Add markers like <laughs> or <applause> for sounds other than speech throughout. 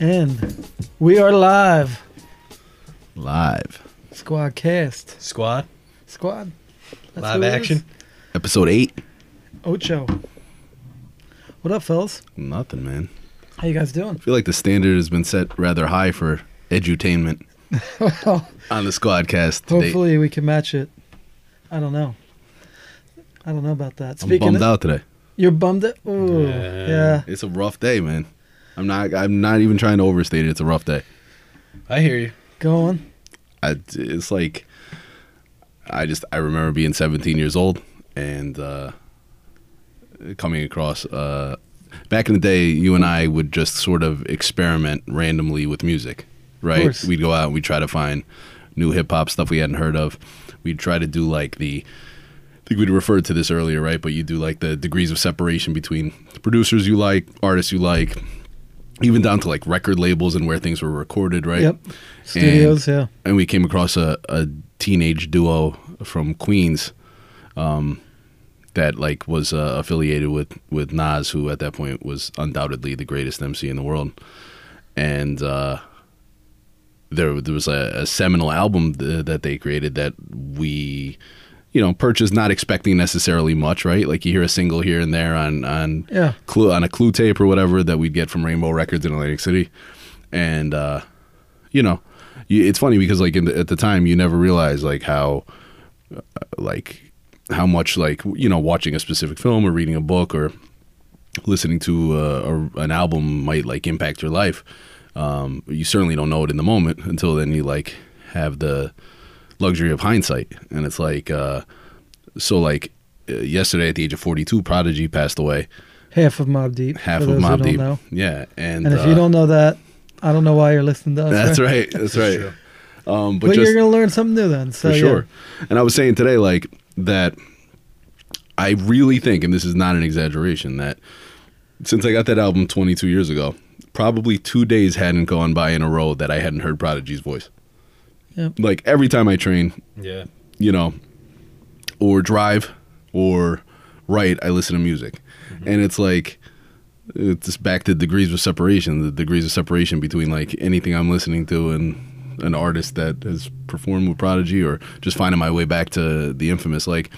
And we are live. Live. Squadcast. Squad, Squad. That's live who it action. is. Episode eight. Ocho. What up, fellas? Nothing, man. How you guys doing? I feel like the standard has been set rather high for edutainment <laughs> well, on the Squadcast today. hopefully we can match it. I don't know. I don't know about that. I'm bummed of, out today. You're bummed out? Ooh, Yeah. yeah. It's a rough day, man. I'm not. I'm not even trying to overstate it. It's a rough day. I hear you. Go on. I, it's like I just I remember being 17 years old and uh, coming across uh, back in the day you and I would just sort of experiment randomly with music right course. we'd go out and we'd try to find new hip hop stuff we hadn't heard of we'd try to do like the I think we'd referred to this earlier right but you do like the degrees of separation between producers you like artists you like even down to like record labels and where things were recorded right Yep. Studios, yeah. and we came across a, a teenage duo from Queens um, that like was uh, affiliated with with Nas, who at that point was undoubtedly the greatest MC in the world, and uh, there there was a, a seminal album th- that they created that we. You know, purchased not expecting necessarily much, right? Like you hear a single here and there on on Yeah. clue on a clue tape or whatever that we'd get from Rainbow Records in Atlantic City, and uh, you know, you, it's funny because like in the, at the time you never realize like how uh, like how much like you know watching a specific film or reading a book or listening to uh, a, an album might like impact your life. Um, you certainly don't know it in the moment until then you like have the luxury of hindsight, and it's like uh, so like. uh, Yesterday, at the age of 42, Prodigy passed away Half of Mob Deep. half for of those who Mob don't Deep. know. Yeah, and, And if you uh, don't know that, I don't know why you're listening to us. <laughs> that's right, that's This right. is Um, but, But, just you're going to learn something new then. So, for yeah. sure. And I was saying today, like that, I really think, and this is not an exaggeration, that since I got that album 22 years ago, probably two days hadn't gone by in a row that I hadn't heard Prodigy's voice. Yep. Like every time I train, Yeah. you know, or drive or write, I listen to music. And it's like, it's just back to degrees of separation, the degrees of separation between like anything I'm listening to and an artist that has performed with Prodigy or just finding my way back to the infamous. Like,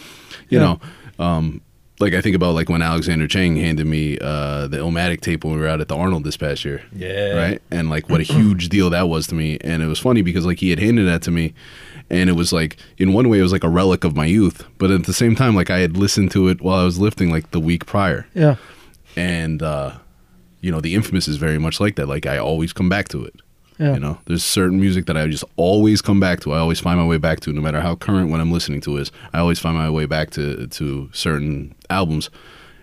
you Yeah. know, um, like I think about like when Alexander Chang handed me uh, the Illmatic tape when we were out at the Arnold this past year Yeah. right and like what a huge deal that was to me and it was funny because like he had handed that to me and it was like in one way it was like a relic of my youth but at the same time like i had listened to it while i was lifting like the week prior Yeah. and uh you know the infamous is very much like that like i always come back to it Yeah. you know there's certain music that i just always come back to i always find my way back to no matter how current what i'm listening to is i always find my way back to to certain albums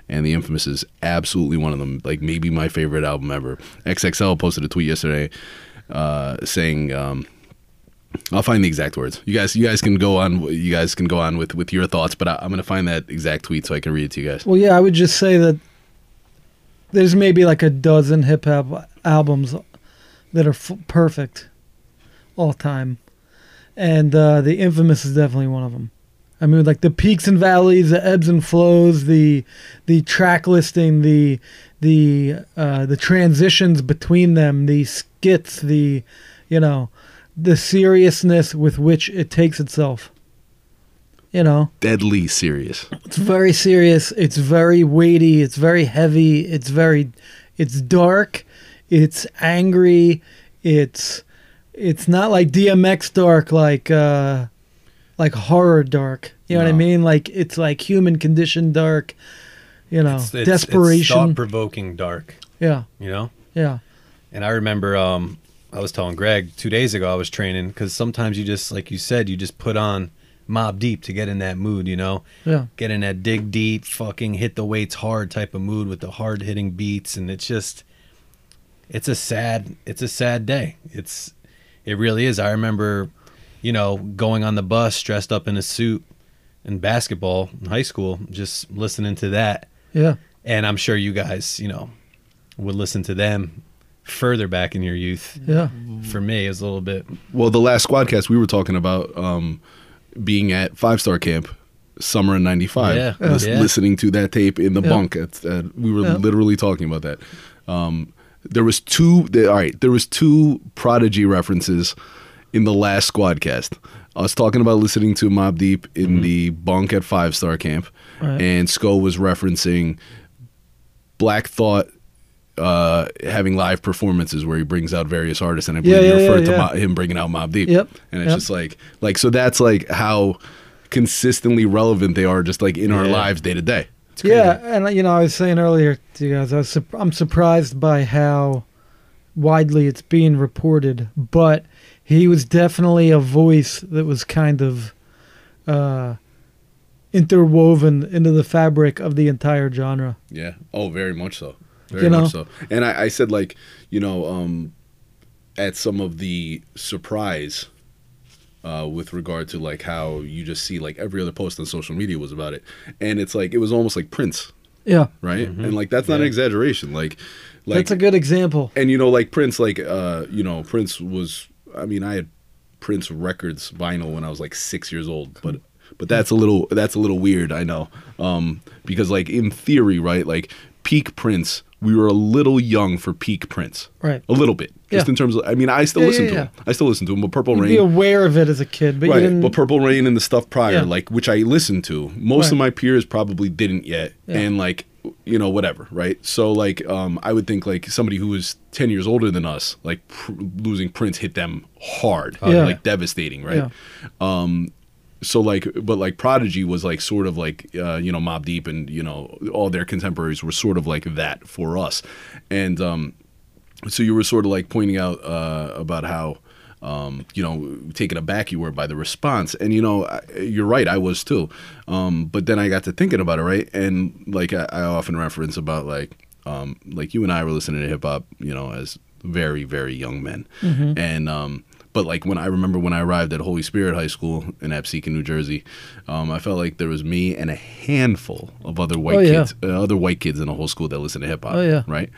and the infamous is absolutely one of them like maybe my favorite album ever xxl posted a tweet yesterday uh saying um I'll find the exact words. You guys, you guys can go on. You guys can go on with with your thoughts, but I, I'm gonna find that exact tweet so I can read it to you guys. Well, yeah, I would just say that there's maybe like a dozen hip hop albums that are f- perfect all time, and uh, the infamous is definitely one of them. I mean, like the peaks and valleys, the ebbs and flows, the the track listing, the the uh, the transitions between them, the skits, the you know, the seriousness with which it takes itself. You know, Deadly serious. it's very serious. It's very weighty. It's very heavy. It's very, it's dark. It's angry. It's, it's not like DMX dark, like, uh, like horror dark. You know what I No. mean? Like it's like human condition dark. You know, It's, it's, desperation. Thought provoking dark, yeah, you know? yeah, And I remember um, I was telling Greg two days ago I was training because sometimes you just, like you said, you just put on Mob Deep to get in that mood, you know? yeah. Get in that dig deep, fucking hit the weights hard type of mood with the hard hitting beats. And it's just, it's a sad, it's a sad day. It's, it really is. I remember, you know, going on the bus dressed up in a suit in basketball in high school, just listening to that. Yeah. And I'm sure you guys, you know, would listen to them further back in your youth. Yeah. For me, it was a little bit, Well, the last squadcast we were talking about um, being at Five Star Camp summer in '95, Yeah. Yeah. listening to that tape in the Yeah. bunk. At, at, we were Yeah. literally talking about that. Um, There was two. there- all right, there was two Prodigy references in the last Squadcast. I was talking about listening to Mob Deep in the bunk at Five Star Camp, Mm-hmm. Right. and Sko was referencing Black Thought uh, having live performances where he brings out various artists, and I believe Yeah, you yeah, referred yeah, to yeah. Mo- him bringing out Mob Deep. Yep, And it's yep. just like, like so that's like how consistently relevant they are, just like in our Yeah. lives day to day. Yeah, and uh, you know, I was saying earlier to you guys, I was sup- I'm surprised by how widely it's being reported, but he was definitely a voice that was kind of uh, interwoven into the fabric of the entire genre. Yeah. Oh, very much so. Very You know? much so. And I, I said like, you know, um, at some of the surprise uh, with regard to like how you just see like every other post on social media was about it, and it's like it was almost like Prince, Yeah, right? And like that's not an exaggeration. Like, like that's a good example. and you know like prince like uh you know prince was i mean i had prince records vinyl when i was like six years old but but that's a little that's a little weird i know um because like in theory right like peak prince we were a little young for peak prince Right. a little bit just Yeah. in terms of i mean i still Yeah, listen yeah, to yeah. him i still listen to him but purple You'd rain be aware of it as a kid, but you right didn't. but purple rain and the stuff prior Yeah. like which i listened to most of Right. my peers probably didn't yet Yeah. and like you know whatever right so like um i would think like somebody who was 10 years older than us like pr- losing prince hit them hard Oh, yeah. like devastating right Um, Yeah. so like but like prodigy was like sort of like uh, you know mob deep and you know all their contemporaries were sort of like that for us and um so you were sort of like pointing out uh about how um you know taken aback you were by the response and you know I, you're right i was too um but then i got to thinking about it right and like i, I often reference about like um like you and i were listening to hip-hop you know as very very young men Mm-hmm. and um but like when I remember when I arrived at Holy Spirit High School in Absecon, New Jersey, um, I felt like there was me and a handful of other white Oh, yeah. kids, uh, other white kids in the whole school that listened to hip hop. Oh, yeah. right.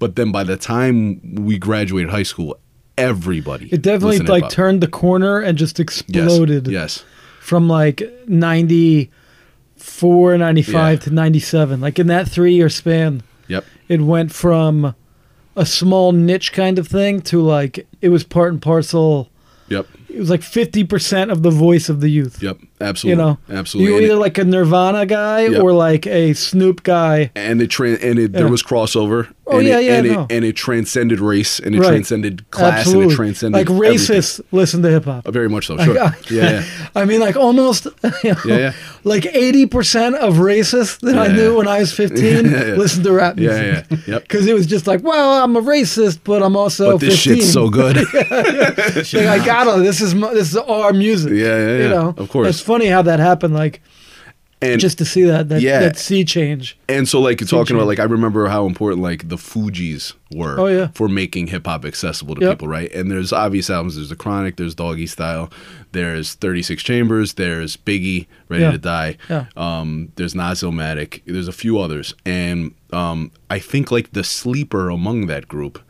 But then by the time we graduated high school, everybody it definitely listened to like hip-hop. turned the corner and just Yes, exploded Yes, from like 94, 95 to 97. Like in that three year span. yep, it went from a small niche kind of thing to like it was part and parcel. yep, It was like fifty percent of the voice of the youth. yep. You Absolutely, know, absolutely. You were And it- either like a Nirvana guy Yep. or like a Snoop guy. and it tran and it, there Yeah. was crossover. Oh, and yeah, it, yeah, and, no. it, and it transcended race, and it Right. transcended class, and it transcended like everything. racists listen to hip hop. Uh, Very much so. Sure. I- yeah, <laughs> I mean, like almost, <laughs> you know, Yeah, yeah. like eighty percent of racists that I Yeah, knew yeah. when I was fifteen <laughs> Yeah, yeah. listened to rap yeah, music. yeah, <laughs> yeah. Yep. Because it was just like, well, I'm a racist, but I'm also. but this 15. shit's so good. <laughs> Like, I gotta. This is my, this is our music. Yeah, yeah, yeah. You know, Of course. It's funny how that happened. Like and just to see that that, Yeah. Mm-hmm. that sea change. and so like you're talking Feature. about like I remember how important like the Fugees were Oh, yeah. for making hip hop accessible to Yep. people, right? And there's obvious albums. There's the Chronic. There's Doggy Style. There's Thirty Six Chambers. There's Biggie, Ready Yeah. to Die. Yeah. Um, there's Nazomatic. There's a few others, and um, I think like the sleeper among that group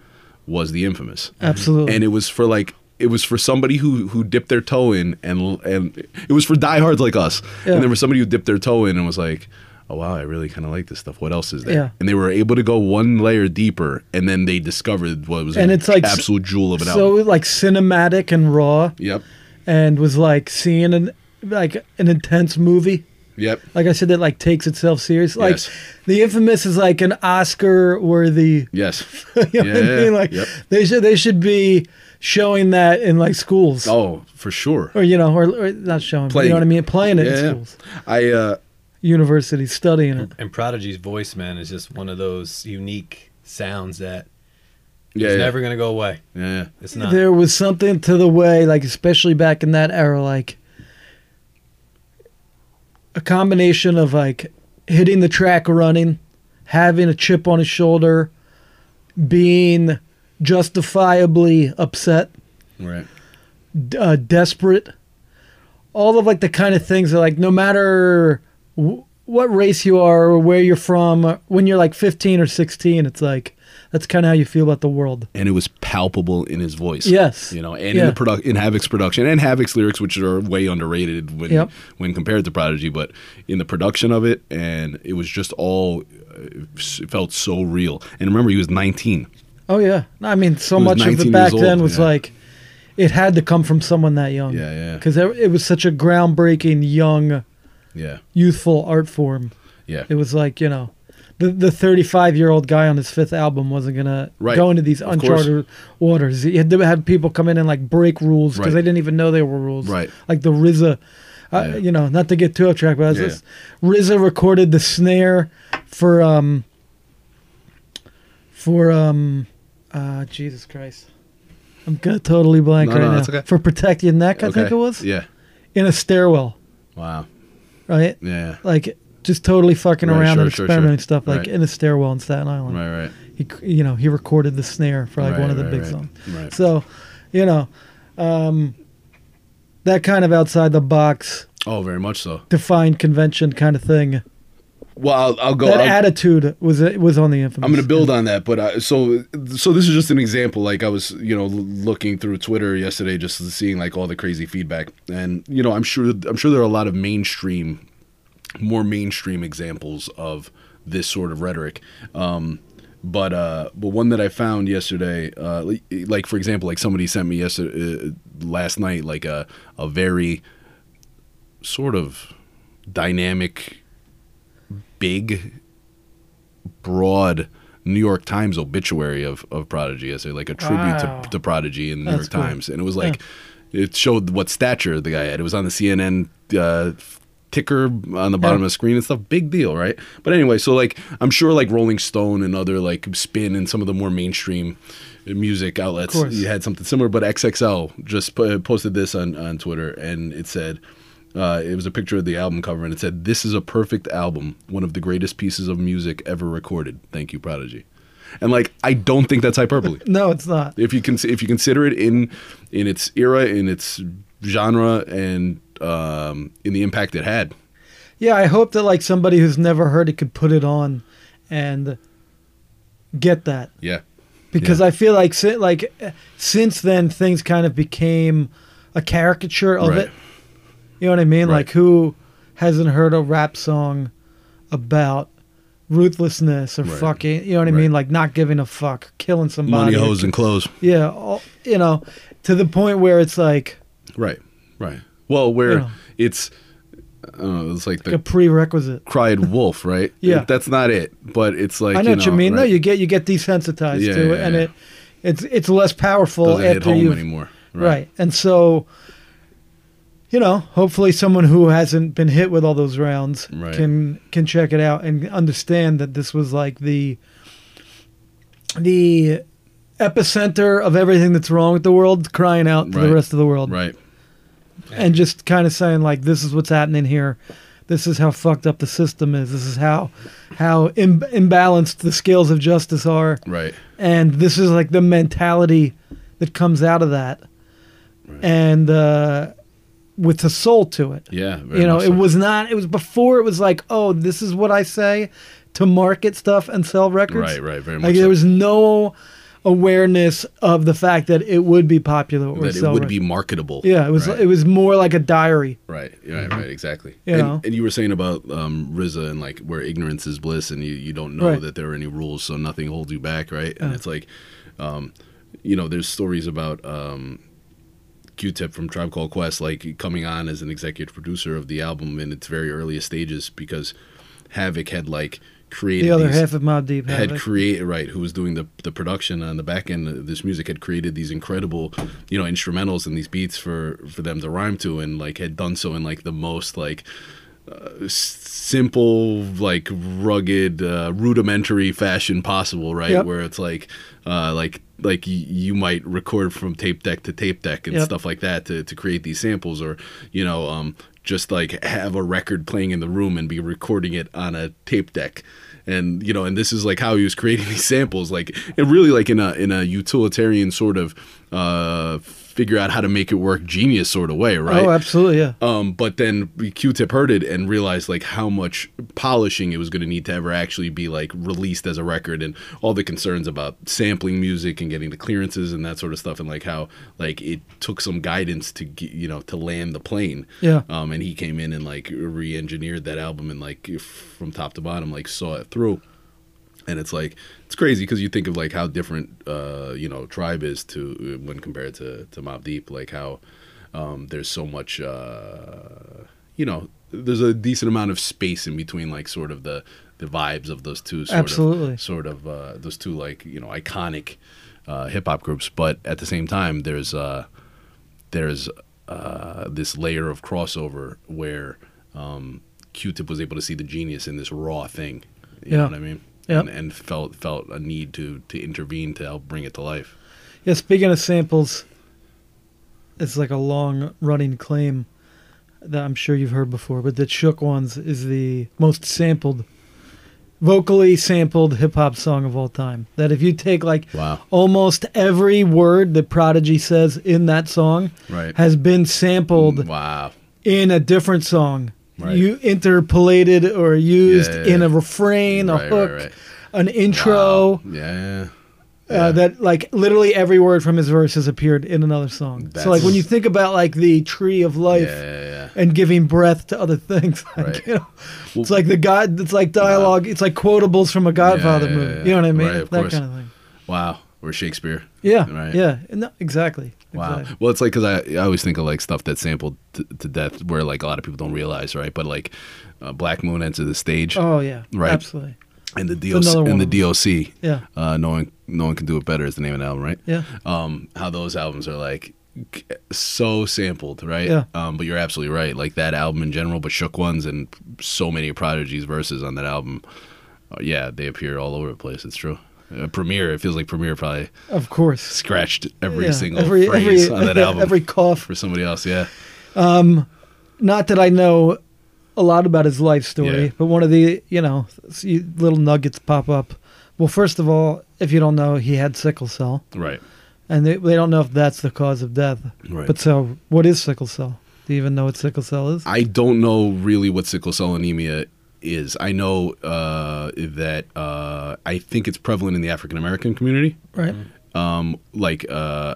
was the Infamous. Absolutely. and it was for like it was for somebody who who dipped their toe in and and it was for diehards like us Yeah. and there was somebody who dipped their toe in and was like oh wow i really kind of like this stuff what else is there Yeah. and they were able to go one layer deeper and then they discovered what was And an it's like s- absolute jewel of an so album like cinematic and raw, yep and was like seeing an like an intense movie. yep Like I said, that like takes itself serious. Like Yes. the infamous is like an Oscar worthy. yes <laughs> you know what Yeah, I mean? Like yep. they should they should be showing that in like schools. oh for sure Or you know, or, or not showing, but you Playing know what I it. mean, playing it Yeah, in yeah. schools, i uh universities, studying it. And Prodigy's voice, man, is just one of those unique sounds that is yeah yeah, never gonna go away. yeah It's not. There was something to the way, like especially back in that era, like a combination of like hitting the track running, having a chip on his shoulder, being justifiably upset, right d- uh, desperate, all of like the kind of things that like no matter w- what race you are or where you're from, uh, when you're like 15 or 16, it's like that's kind of how you feel about the world. and it was palpable in his voice. Yes. you know, and Yeah. in the product in Havoc's production and Havoc's lyrics, which are way underrated when Yep. when compared to Prodigy, but in the production of it, and it was just all uh, s- it felt so real. And remember, he was 19. Oh yeah, No, I mean, so He was much of 19 it years back old, then was yeah. like, it had to come from someone that young. Yeah, yeah. Because it was such a groundbreaking, young, Yeah, youthful art form. yeah. It was like you know, the the 35 year old guy on his fifth album wasn't gonna Right. go into these Of course. uncharted waters. He had to have people come in and like break rules because Right. they didn't even know they were rules. Right. Like the RZA, uh, Yeah. you know, not to get too off track, but I was Yeah. just, RZA recorded the snare for um for um uh Jesus Christ. I'm gonna totally blank No, right no, now. that's okay. For protect your neck, I think Okay. it was Yeah. in a stairwell, Wow. right? Yeah. like just totally fucking Right, around sure, and sure, experimenting sure. stuff like Right. in a stairwell in Staten Island. Right. Right. He c- you know, he recorded the snare for like Right, one of the right, big right, songs. right. So, you know, um that kind of outside the box Oh, very much so. defined convention kind of thing. Well, I'll, I'll go. that I'll- attitude was it was on the infamous. I'm going to build on that, but I, so so this is just an example. Like I was, you know, l- looking through Twitter yesterday, just seeing like all the crazy feedback, and you know, I'm sure I'm sure there are a lot of mainstream, more mainstream examples of this sort of rhetoric. Um, but uh, but one that I found yesterday, uh, li- like for example, like somebody sent me yesterday uh, last night, like a a very sort of dynamic, big broad New York Times obituary of, of Prodigy as a like a tribute Wow. to, to Prodigy in the New That's York cool. Times, and it was like it showed what stature the guy had. It was on the CNN uh, ticker on the bottom of the screen and stuff. Big deal, right? But anyway, so like I'm sure like Rolling Stone and other like Spin and some of the more mainstream music outlets course. you had something similar. But XXL just po- posted this on on Twitter, and it said. Uh, it was a picture of the album cover, and it said, "This is a perfect album, one of the greatest pieces of music ever recorded." Thank you, Prodigy. And like, I don't think that's hyperbole. No, it's not. if you can, if you consider it in in its era, in its genre, and um, in the impact it had, Yeah, I hope that like somebody who's never heard it could put it on and get that. yeah, because I feel like si- like eh, since then things kind of became a caricature of Right. it. You know what I mean? Right. Like who hasn't heard a rap song about ruthlessness or Right. fucking? You know what I Right. mean? Like not giving a fuck, killing somebody. money, hose, and clothes. yeah, all, you know, to the point where it's like Right, right. Well, where Yeah. it's, I don't know, it's like a the prerequisite. cried wolf, right? <laughs> Yeah. that's not it. But it's like I know what you mean. right? No, you get you get desensitized Yeah, to it, yeah, and yeah. it it's it's less powerful doesn't after hit home you've anymore. Right. And so, you know, hopefully someone who hasn't been hit with all those rounds Right. can can check it out and understand that this was like the the epicenter of everything that's wrong with the world crying out to Right. the rest of the world right. and just kind of saying like this is what's happening here this is how fucked up the system is this is how how Im- imbalanced the scales of justice are Right. and this is like the mentality that comes out of that and uh with a soul to it Yeah. very you know much it so. was not it was before it was like oh this is what i say to market stuff and sell records Right, right, very like much there so. was no awareness of the fact that it would be popular or that it sell would rec- be marketable. yeah it was Right. it was more like a diary Right, right, right, exactly. Mm-hmm. You and, know? and you were saying about um, RZA and like where ignorance is bliss, and you, you don't know Right. that there are any rules, so nothing holds you back, right? And it's like, um, you know, there's stories about um, Q-Tip from Tribe Called Quest, like coming on as an executive producer of the album in its very earliest stages because Havoc had like created the other these- half of mob deep had Havoc. created right who was doing the the production on the back end of this music had created these incredible you know instrumentals and these beats for for them to rhyme to and like had done so in like the most like uh, s- simple like rugged uh, rudimentary fashion possible right Yep. where it's like uh like like y- you might record from tape deck to tape deck and Yep. stuff like that to, to create these samples or you know um just like have a record playing in the room and be recording it on a tape deck and you know and this is like how he was creating <laughs> these samples like it really like in a in a utilitarian sort of uh figure out how to make it work genius sort of way right oh absolutely yeah um, but then Q-Tip heard it and realized like how much polishing it was going to need to ever actually be like released as a record, and all the concerns about sampling music and getting the clearances and that sort of stuff, and like how like it took some guidance to get, you know to land the plane. Yeah. Um, and he came in and like re-engineered that album and like f- from top to bottom like saw it through and it's like it's crazy because you think of like how different uh you know tribe is to uh, when compared to to mob deep like how um there's so much uh you know there's a decent amount of space in between like sort of the the vibes of those two sort Absolutely. of sort of uh those two like you know iconic uh hip hop groups but at the same time there's uh there's uh, this layer of crossover where um, Q-Tip was able to see the genius in this raw thing. You know Yeah. what I mean? Yeah. And, and felt felt a need to to intervene to help bring it to life. Yeah, speaking of samples, it's like a long running claim that I'm sure you've heard before, but that Shook Ones is the most sampled, vocally sampled hip hop song of all time. That if you take like Wow. almost every word that Prodigy says in that song Right. has been sampled Wow. in a different song. Right. You interpolated or used Yeah, yeah, in a yeah. refrain, a Right, right, hook, right. an intro. Wow. Yeah. Uh, that like literally every word from his verses appeared in another song. That's- so like when you think about like the tree of Yeah. life yeah, yeah. and giving breath to other things, <laughs> like, Right. you know, it's like the God. It's like dialogue. It's like quotables from a Godfather yeah, movie. yeah. You know what I mean? Right, of that course. kind of thing. Wow. Or Shakespeare. Yeah. Right. Yeah. No, exactly. Wow. Exactly. Well, it's like because I, I always think of like stuff that's sampled to, to death, where like a lot of people don't realize, right? But like uh, Black Moon enters the stage, Oh yeah. Right. Absolutely. and the DOC, another one and of the DOC, Yeah. uh, no one no one can do it better is the name of the album, right? Yeah. um, how those albums are like k- so sampled, right? Yeah. Um, but you're absolutely right. Like that album in general, but Shook Ones and so many Prodigy's verses on that album. uh, yeah, they appear all over the place. It's true. Uh, Premiere, it feels like Premiere probably Of course. scratched every Yeah, single phrase <laughs> on that album Every cough. for somebody else. Yeah, not that I know a lot about his life story, Yeah. but one of the you know s- you- little nuggets pop up. Well, first of all, if you don't know, he had sickle cell, right. and they, they don't know if that's the cause of death. Right. But so, what is sickle cell? Do you even know what sickle cell is? I don't know really what sickle cell anemia is. I know uh, that uh, I think it's prevalent in the African American community. right. um, like uh,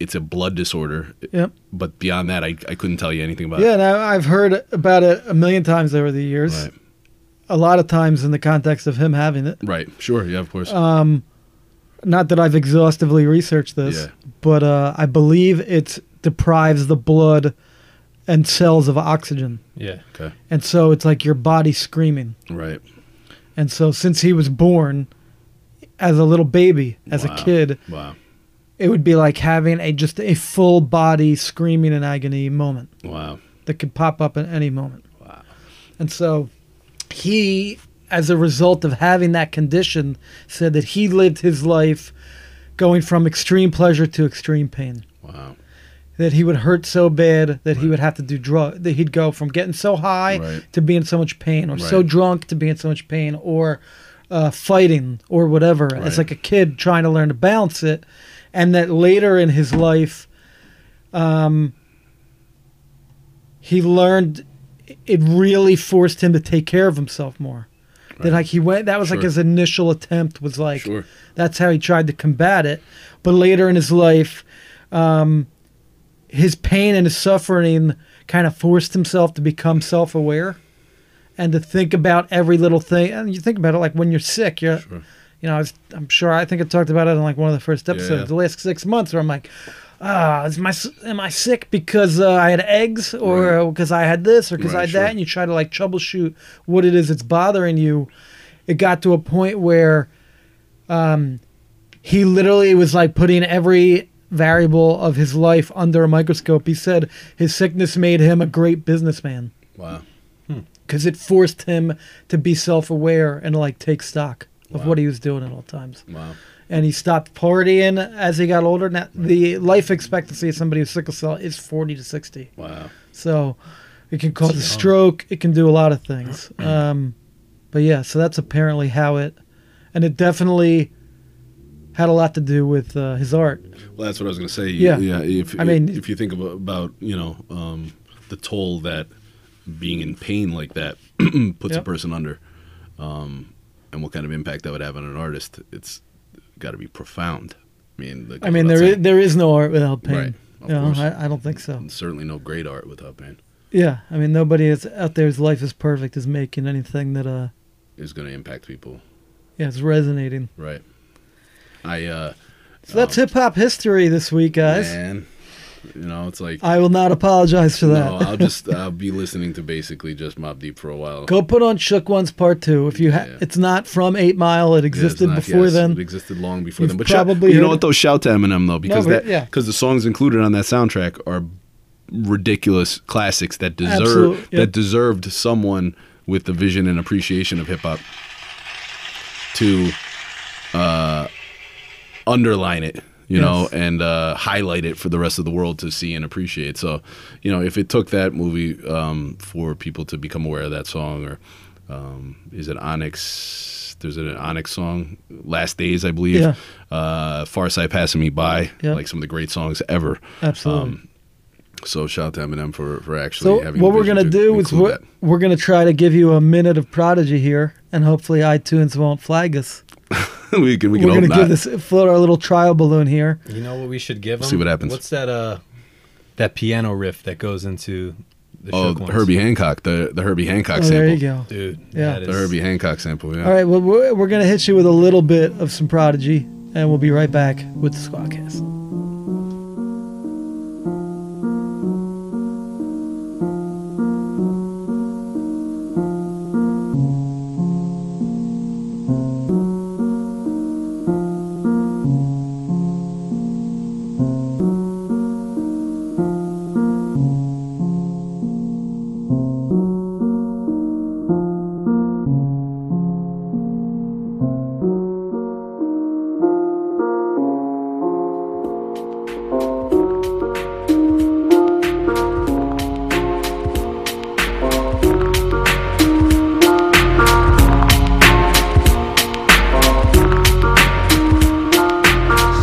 it's a blood disorder. Yep. But beyond that, I, I couldn't tell you anything about Yeah, it. and I, I've heard about it a million times over the years. Right. A lot of times in the context of him having it. Um, Right. Sure. Yeah. Of Uh, course. Not that I've exhaustively researched this, Yeah. but uh, I believe it deprives the blood and cells of oxygen. Yeah. okay. And so it's like your body screaming. Right. And so since he was born as a little baby, as Wow. a kid, Wow. it would be like having a just a full body screaming in agony moment Wow. that could pop up at any moment. Wow. And so he as a result of having that condition said that he lived his life going from extreme pleasure to extreme pain. Wow. That he would hurt so bad that he would have to do drug. That he'd go from getting so high Right. to being so much pain, or so Right. drunk to being so much pain, or uh, fighting or whatever. It's Right. like a kid trying to learn to balance it, and that later in his life, um, he learned it really forced him to take care of himself more. That Right. like he went. That was like Sure. his initial attempt was like Sure. that's how he tried to combat it. But later in his life, um, his pain and his suffering kind of forced himself to become self aware and to think about every little thing. And you think about it like when you're sick, you're. Sure. You know, I was, I'm sure I think I talked about it in like one of the first episodes, yeah. the last six months, where I'm like, ah, is my s- am I sick because uh, I had eggs, or because I had this, or because Right, I had sure. that, and you try to like troubleshoot what it is that's bothering you. It got to a point where um, he literally was like putting every variable of his life under a microscope. He said his sickness made him a great businessman Wow. because it forced him to be self-aware and like take stock of Wow. what he was doing at all times. Wow. And he stopped partying as he got older. Now the life expectancy of somebody with sickle cell is 40 to 60. Wow. So it can cause a um, stroke. It can do a lot of <clears throat> things. Mm. Um, but yeah, so that's apparently how it, and it definitely had a lot to do with uh, his art. Well, that's what I was gonna say. Yeah. Yeah. If I mean- if you think about, about you know um, the toll that being in pain like that <clears throat> puts a Yep. person under, um, and what kind of impact that would have on an artist, it's got to be profound. I mean, that I goes mean, without there saying. is, there is no art without pain. Right, of You know, course. I, I don't think so. And certainly no great art without pain. Yeah, I mean, nobody is out there's life is perfect is making anything that uh is going to impact people, Yeah, it's resonating. right? I uh So that's hip hop history this week, guys. man, you know, it's like I will not apologize for that. no, <laughs> I'll just I'll be listening to basically just Mob Deep for a while. Go put on Shook One's Part Two. If you ha- Yeah. it's not from Eight Mile, it Yeah, it's existed not- before yes, then. It existed long before You've then. But shout- probably you heard know what it. though? Shout to Eminem though, because but- that yeah. because the songs included on that soundtrack are ridiculous classics that deserve Absolute, yeah. that deserved someone with the vision and appreciation of hip hop to uh, underline it. You know, Yes. and uh, highlight it for the rest of the world to see and appreciate. So, you know, if it took that movie um, for people to become aware of that song, or um, is it Onyx? There's an Onyx song, "Last Days," I believe. Yeah. Uh, "Far Side Passing Me By," Yeah. like some of the great songs ever. Absolutely. so shout out to Eminem for for actually so having. what the we're vision gonna to do is include we're, that. we're gonna try to give you a minute of Prodigy here, and hopefully iTunes won't flag us. <laughs> we can we We are can hope gonna not. give this float our little trial balloon here. You know what we should give them? See what happens. What's that? Uh, that piano riff that goes into the oh, Shook Ones? Herbie Hancock, the the Herbie Hancock Oh, sample. there you go. dude. Yeah. that The is- Herbie Hancock sample. Yeah. All right, well we're, we're gonna hit you with a little bit of some Prodigy, and we'll be right back with the Squadcast.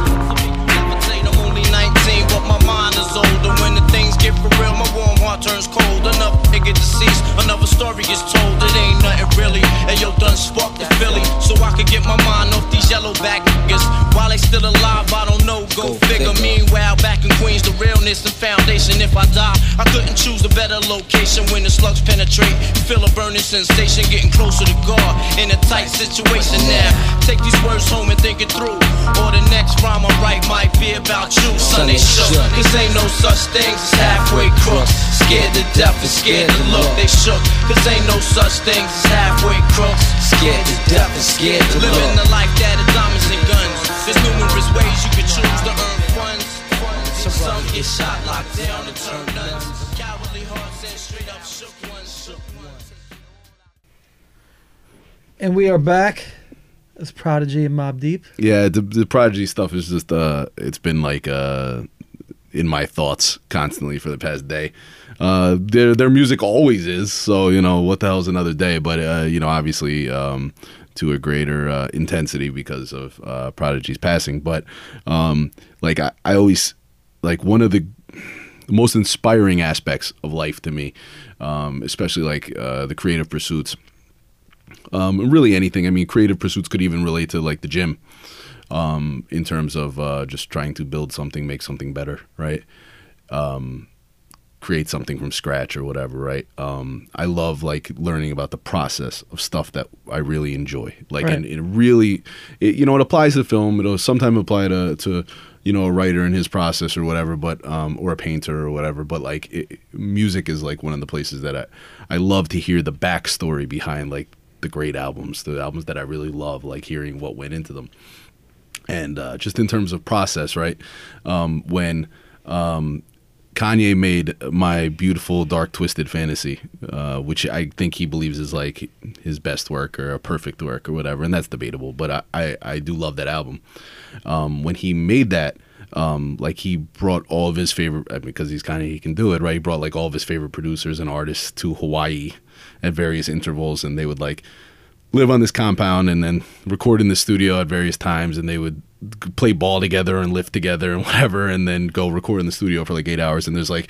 Levitate, I'm only 19, but my mind is older. When the things get for real, my warm heart turns cold. Another nigga deceased, another story is told. It ain't nothing really. And yo, done sparked the Philly, so I could get my mind off these yellow back niggas. While they still alive, I don't know. Go, figure. Meanwhile, back in Queens, the realness and foundation. If I die, I couldn't choose a better location when the slugs penetrate. Feel a burning sensation, getting closer to God. In a tight situation now. Take these words home and think it through. Or the next rhyme I write might be about you. Sunday shook. Cause ain't no such things as halfway crooks. Scared to death and scared to look. They shook. Cause ain't no such things as halfway crooks. Scared to death and scared to look. Living the life that is diamonds and guns. There's numerous ways you can choose to earn funds. Some get shot, locked down, and turn nuns. Cowardly hearts and straight up shook ones. Shook ones. And we are back as Prodigy and Mob Deep. Yeah, the, the Prodigy stuff is just uh, it's been like uh, in my thoughts constantly for the past day. Uh, their their music always is, so you know what the hell's another day. But uh, you know, obviously um, to a greater uh, intensity because of uh, Prodigy's passing. But um, like I, I always like one of the the most inspiring aspects of life to me, um, especially like uh, the creative pursuits. Um, really anything. I mean, creative pursuits could even relate to like the gym um, in terms of uh, just trying to build something, make something better, right? Um, create something from scratch or whatever, right? Um, I love like learning about the process of stuff that I really enjoy. Like, and Right. it really, it, you know, it applies to film. It'll sometimes apply to, to you know a writer and his process or whatever, but um, or a painter or whatever. But like, it, music is like one of the places that I, I love to hear the backstory behind like the great albums, the albums that I really love, like hearing what went into them and uh, just in terms of process, right? Um, when um, Kanye made my beautiful dark twisted fantasy, uh, which I think he believes is like his best work or a perfect work or whatever, and that's debatable, but I I, I do love that album. Um, when he made that. Um, like he brought all of his favorite I mean, because he's kind of he can do it right. He brought like all of his favorite producers and artists to Hawaii at various intervals, and they would like live on this compound and then record in the studio at various times and they would g- play ball together and lift together and <laughs> whatever and then go record in the studio for like eight hours and there's like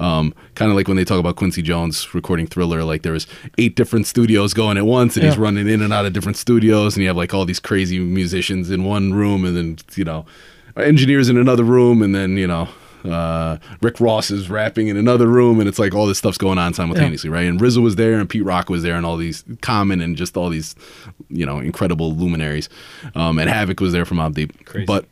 um, kind of like when they talk about quincy jones recording thriller like there was eight different studios going at once and he's Yeah. running in and out of different studios and you have like all these crazy musicians in one room and then you know engineers in another room and then you know Uh, Rick Ross is rapping in another room, and it's like all this stuff's going on simultaneously, right? And RZA was there, and Pete Rock was there, and all these Common and just all these, you know, incredible luminaries. Um, and Havoc was there from Mob Deep, Crazy. but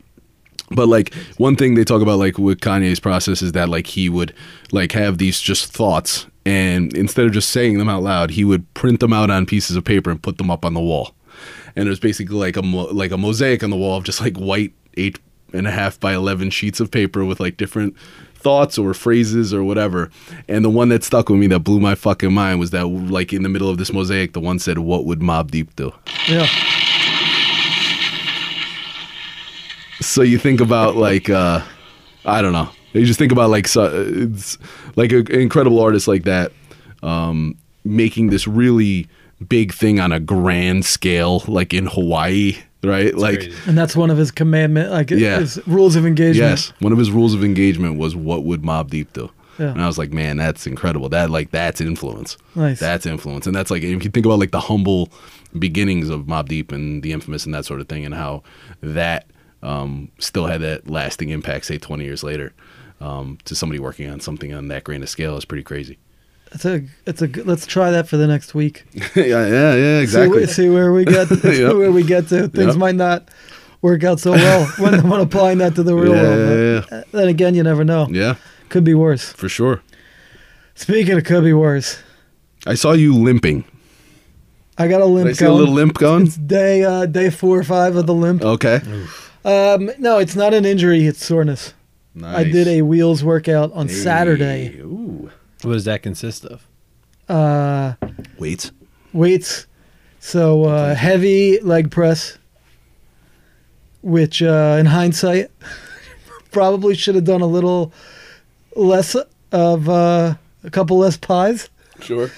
but like one thing they talk about like with Kanye's process is that like he would like have these just thoughts and instead of just saying them out loud, he would print them out on pieces of paper and put them up on the wall. And there's basically like a mo- like a mosaic on the wall of just like white eight and a half by eleven sheets of paper with like different thoughts or phrases or whatever. And the one that stuck with me that blew my fucking mind was that like in the middle of this mosaic, the one said, "What would Mob Deep do?" Yeah. so you think about like uh i don't know you just think about like so, it's like a, an incredible artist like that um making this really big thing on a grand scale like in hawaii right like crazy. And that's one of his commandment, like Yeah. his rules of engagement. yes one of his rules of engagement was what would mob deep do Yeah. and i was like man that's incredible that like that's influence Nice. that's influence and that's like if you think about like the humble beginnings of mob deep and the infamous and that sort of thing and how that um, still had that lasting impact say 20 years later um, to somebody working on something on that grand of scale is <laughs> pretty crazy It's a, it's a. good- Let's try that for the next week. yeah yeah yeah See, see where we <laughs> get. Where we get to. Things Yep. might not work out so <laughs> well when, when applying that to the real world. Yeah. But uh, then again, you never know. yeah Could be worse. for sure Speaking of could be worse, i saw you limping I got a limp Did i see a going. little limp Oh. <laughs> going It's day uh, day four or five of the limp. okay Um, no, it's not an injury. It's soreness. I did a wheels workout on Saturday. Hey, ooh. What does that consist of? Uh, wait weights. So uh, heavy leg press, which uh, in hindsight <laughs> probably should have done a little less of uh, a couple less pies. sure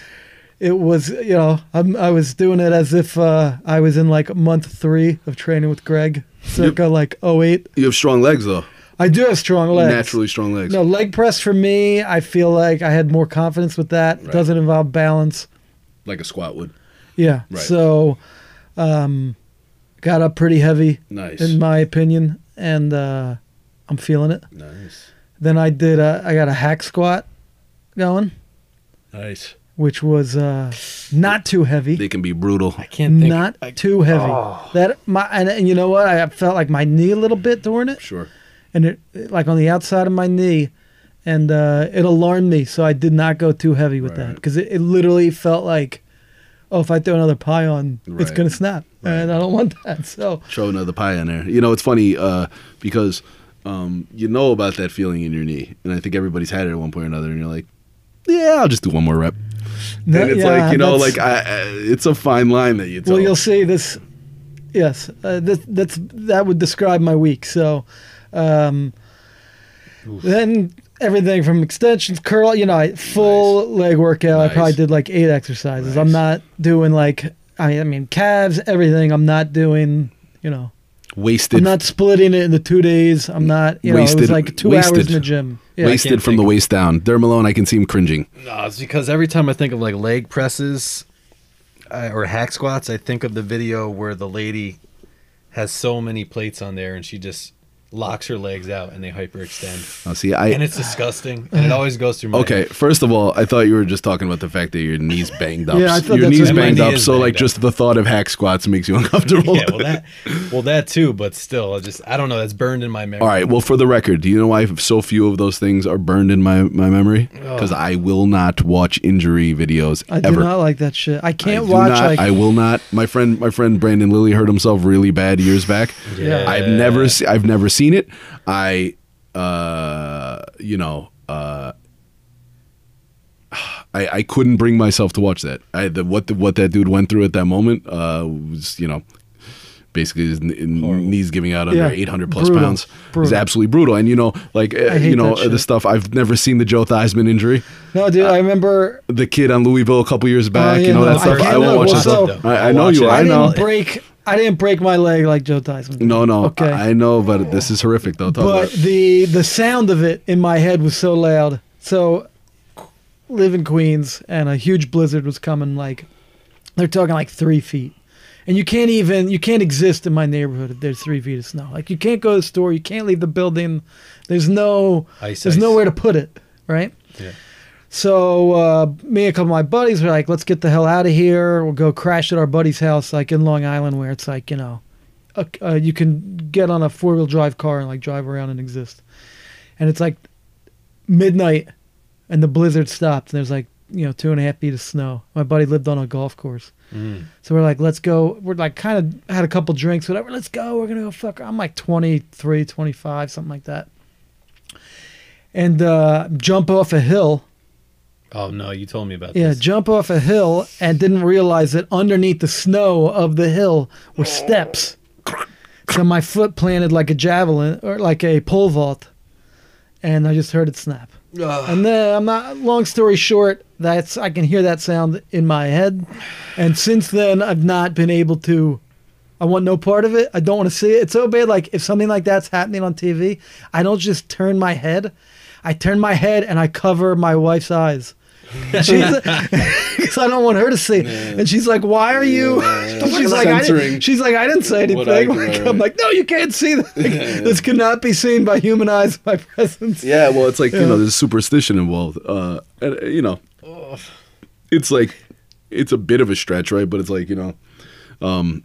It was you know I'm, I was doing it as if uh, I was in like month three of training with Greg, circa like 08. you have strong legs though I do have strong legs. naturally strong legs No, leg press for me, I feel like I had more confidence with that. It Right. doesn't involve balance. like a squat would Yeah. Right. So um got up pretty heavy nice in my opinion and uh I'm feeling it. nice Then I did uh, I got a hack squat going, nice which was uh not too heavy. they can be brutal can't Not too heavy. Oh. That my and, and you know what? I felt like my knee a little bit during it. Sure. and it like on the outside of my knee and uh, it alarmed me so i did not go too heavy with that Right. because it, it literally felt like oh if i throw another pie on it's Right. going to snap and i don't want that <laughs> so Throw another pie in there. You know, it's funny uh, because um, you know about that feeling in your knee, and I think everybody's had it at one point or another. And you're like, yeah, I'll just do one more rep. no- and it's yeah, like you know, that's- like I, I, it's a fine line that you. Tell. well you'll see this yes uh, this, that's that would describe my week so um, then everything from extensions curl you know I, full leg workout i probably Nice. did like eight exercises i'm Nice. not doing like I, I mean calves everything i'm not doing you know wasted, i'm not splitting it into two days i'm not you know it was Wasted- like two hours wasted. in the gym yeah wasted can't from the think. waist down. Der Malone, I can see him cringing. No, it's because every time I think of like leg presses uh, or hack squats, I think of the video where the lady has so many plates on there and she just locks her legs out and they hyperextend. Oh, see, I. And it's disgusting. And it always goes through my Okay, first of all, I thought you were just talking about the fact that your knees banged up. Yeah, I thought your that's knees what- My banged knee up, is so like banged up. just the thought of hack squats makes you <laughs> uncomfortable. Yeah, well that well that too, but still I just I don't know, that's burned in my <laughs> memory. All right. Well, for the record, do you know why so few of those things are burned in my, my memory? Because I will not watch injury videos Oh. i do ever. not like that shit i I can't do watch not- like I will not. My friend, my friend Brandon Lilly hurt himself really bad years back. Yeah. I've never, se- I've never seen it. I, uh, you know, uh, I, I couldn't bring myself to watch that. I, the, what the, what that dude went through at that moment uh, was, you know, basically his kn- knees giving out under Yeah. 800 plus Brutal. pounds. It was Brutal. absolutely brutal. And you know, like uh, hate you know that shit. the stuff. I've never seen the Joe Theismann injury. no dude i remember The kid on Louisville a couple years Oh, back. yeah, you know no, that stuff. I I, won't watch can't this watch stuff. that. I, I I'll know watch you. it. are. I, I, know. didn't break i didn't break my leg like joe tyson did. No, no. okay I know, but this is horrific though. Talk but about it. the the sound of it in my head was so loud. So live in Queens and a huge blizzard was coming like they're talking like three feet. And you can't even you can't exist in my neighborhood if there's three feet of snow. Like you can't go to the store, you can't leave the building. There's no Ice, there's ice. nowhere to put it, right? Yeah. So uh, me and a couple of my buddies were like, let's get the hell out of here. We'll go crash at our buddy's house, like in Long Island, where it's like you know, a, uh, you can get on a four wheel drive car and like drive around and exist. And it's like midnight, and the blizzard stopped, and there's like you know two and a half feet of snow. My buddy lived on a golf course. So we're like, let's go. We're like, kind of had a couple drinks, whatever. Let's go. We're going to go fuck. I'm like 23, 25, something like that. And uh, jump off a hill. Oh no, you told me about Yeah, this. jump off a hill and didn't realize that underneath the snow of the hill were steps. So my foot planted like a javelin or like a pole vault, and I just heard it snap. And then I'm not. Long story short, that's I can hear that sound in my head, and since then I've not been able to. I want no part of it. I don't want to see it. It's so bad. Like if something like that's happening on TV, I don't just turn my head. I turn my head and I cover my wife's eyes. <laughs> <laughs> Because I don't want her to see. And she's like, "Why are you?" <laughs> she's like, I Censoring didn't, "She's like, I didn't say what I anything." <laughs> do, right, I'm right. like, "No, you can't see <laughs> this. This cannot be seen by human eyes. My presence." <laughs> Yeah, well, it's like you know, there's superstition involved. Uh, and, uh, you know, it's like it's a bit of a stretch, right? But it's like you know, um,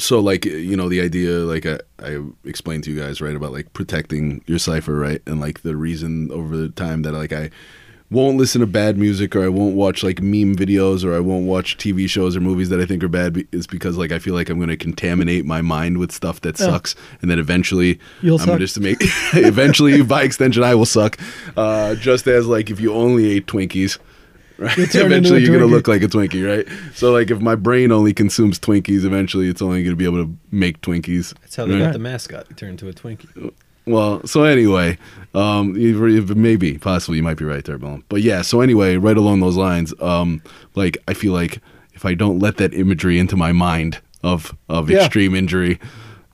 so like you know, the idea, like I, I explained to you guys, right, about like protecting your cipher, right, and like the reason over the time that like I won't listen to bad music or I won't watch like meme videos or I won't watch TV shows or movies that I think are bad be- is because like I feel like I'm going to contaminate my mind with stuff that sucks and then eventually You'll I'm gonna suck. just to make <laughs> eventually by extension I will suck. Uh, just as like if you only ate Twinkies, <laughs> right? <laughs> turn into Eventually a you're gonna Twinkie. look like a Twinkie, right? So like if my brain only consumes Twinkies, eventually it's only gonna be able to make Twinkies. That's how they got right? the mascot. He turned to a Twinkie. Well, so anyway, um, you- you- maybe, possibly, you might be right there, Bill. But yeah, so anyway, right along those lines, um, like I feel like if I don't let that imagery into my mind of of Yeah. extreme injury,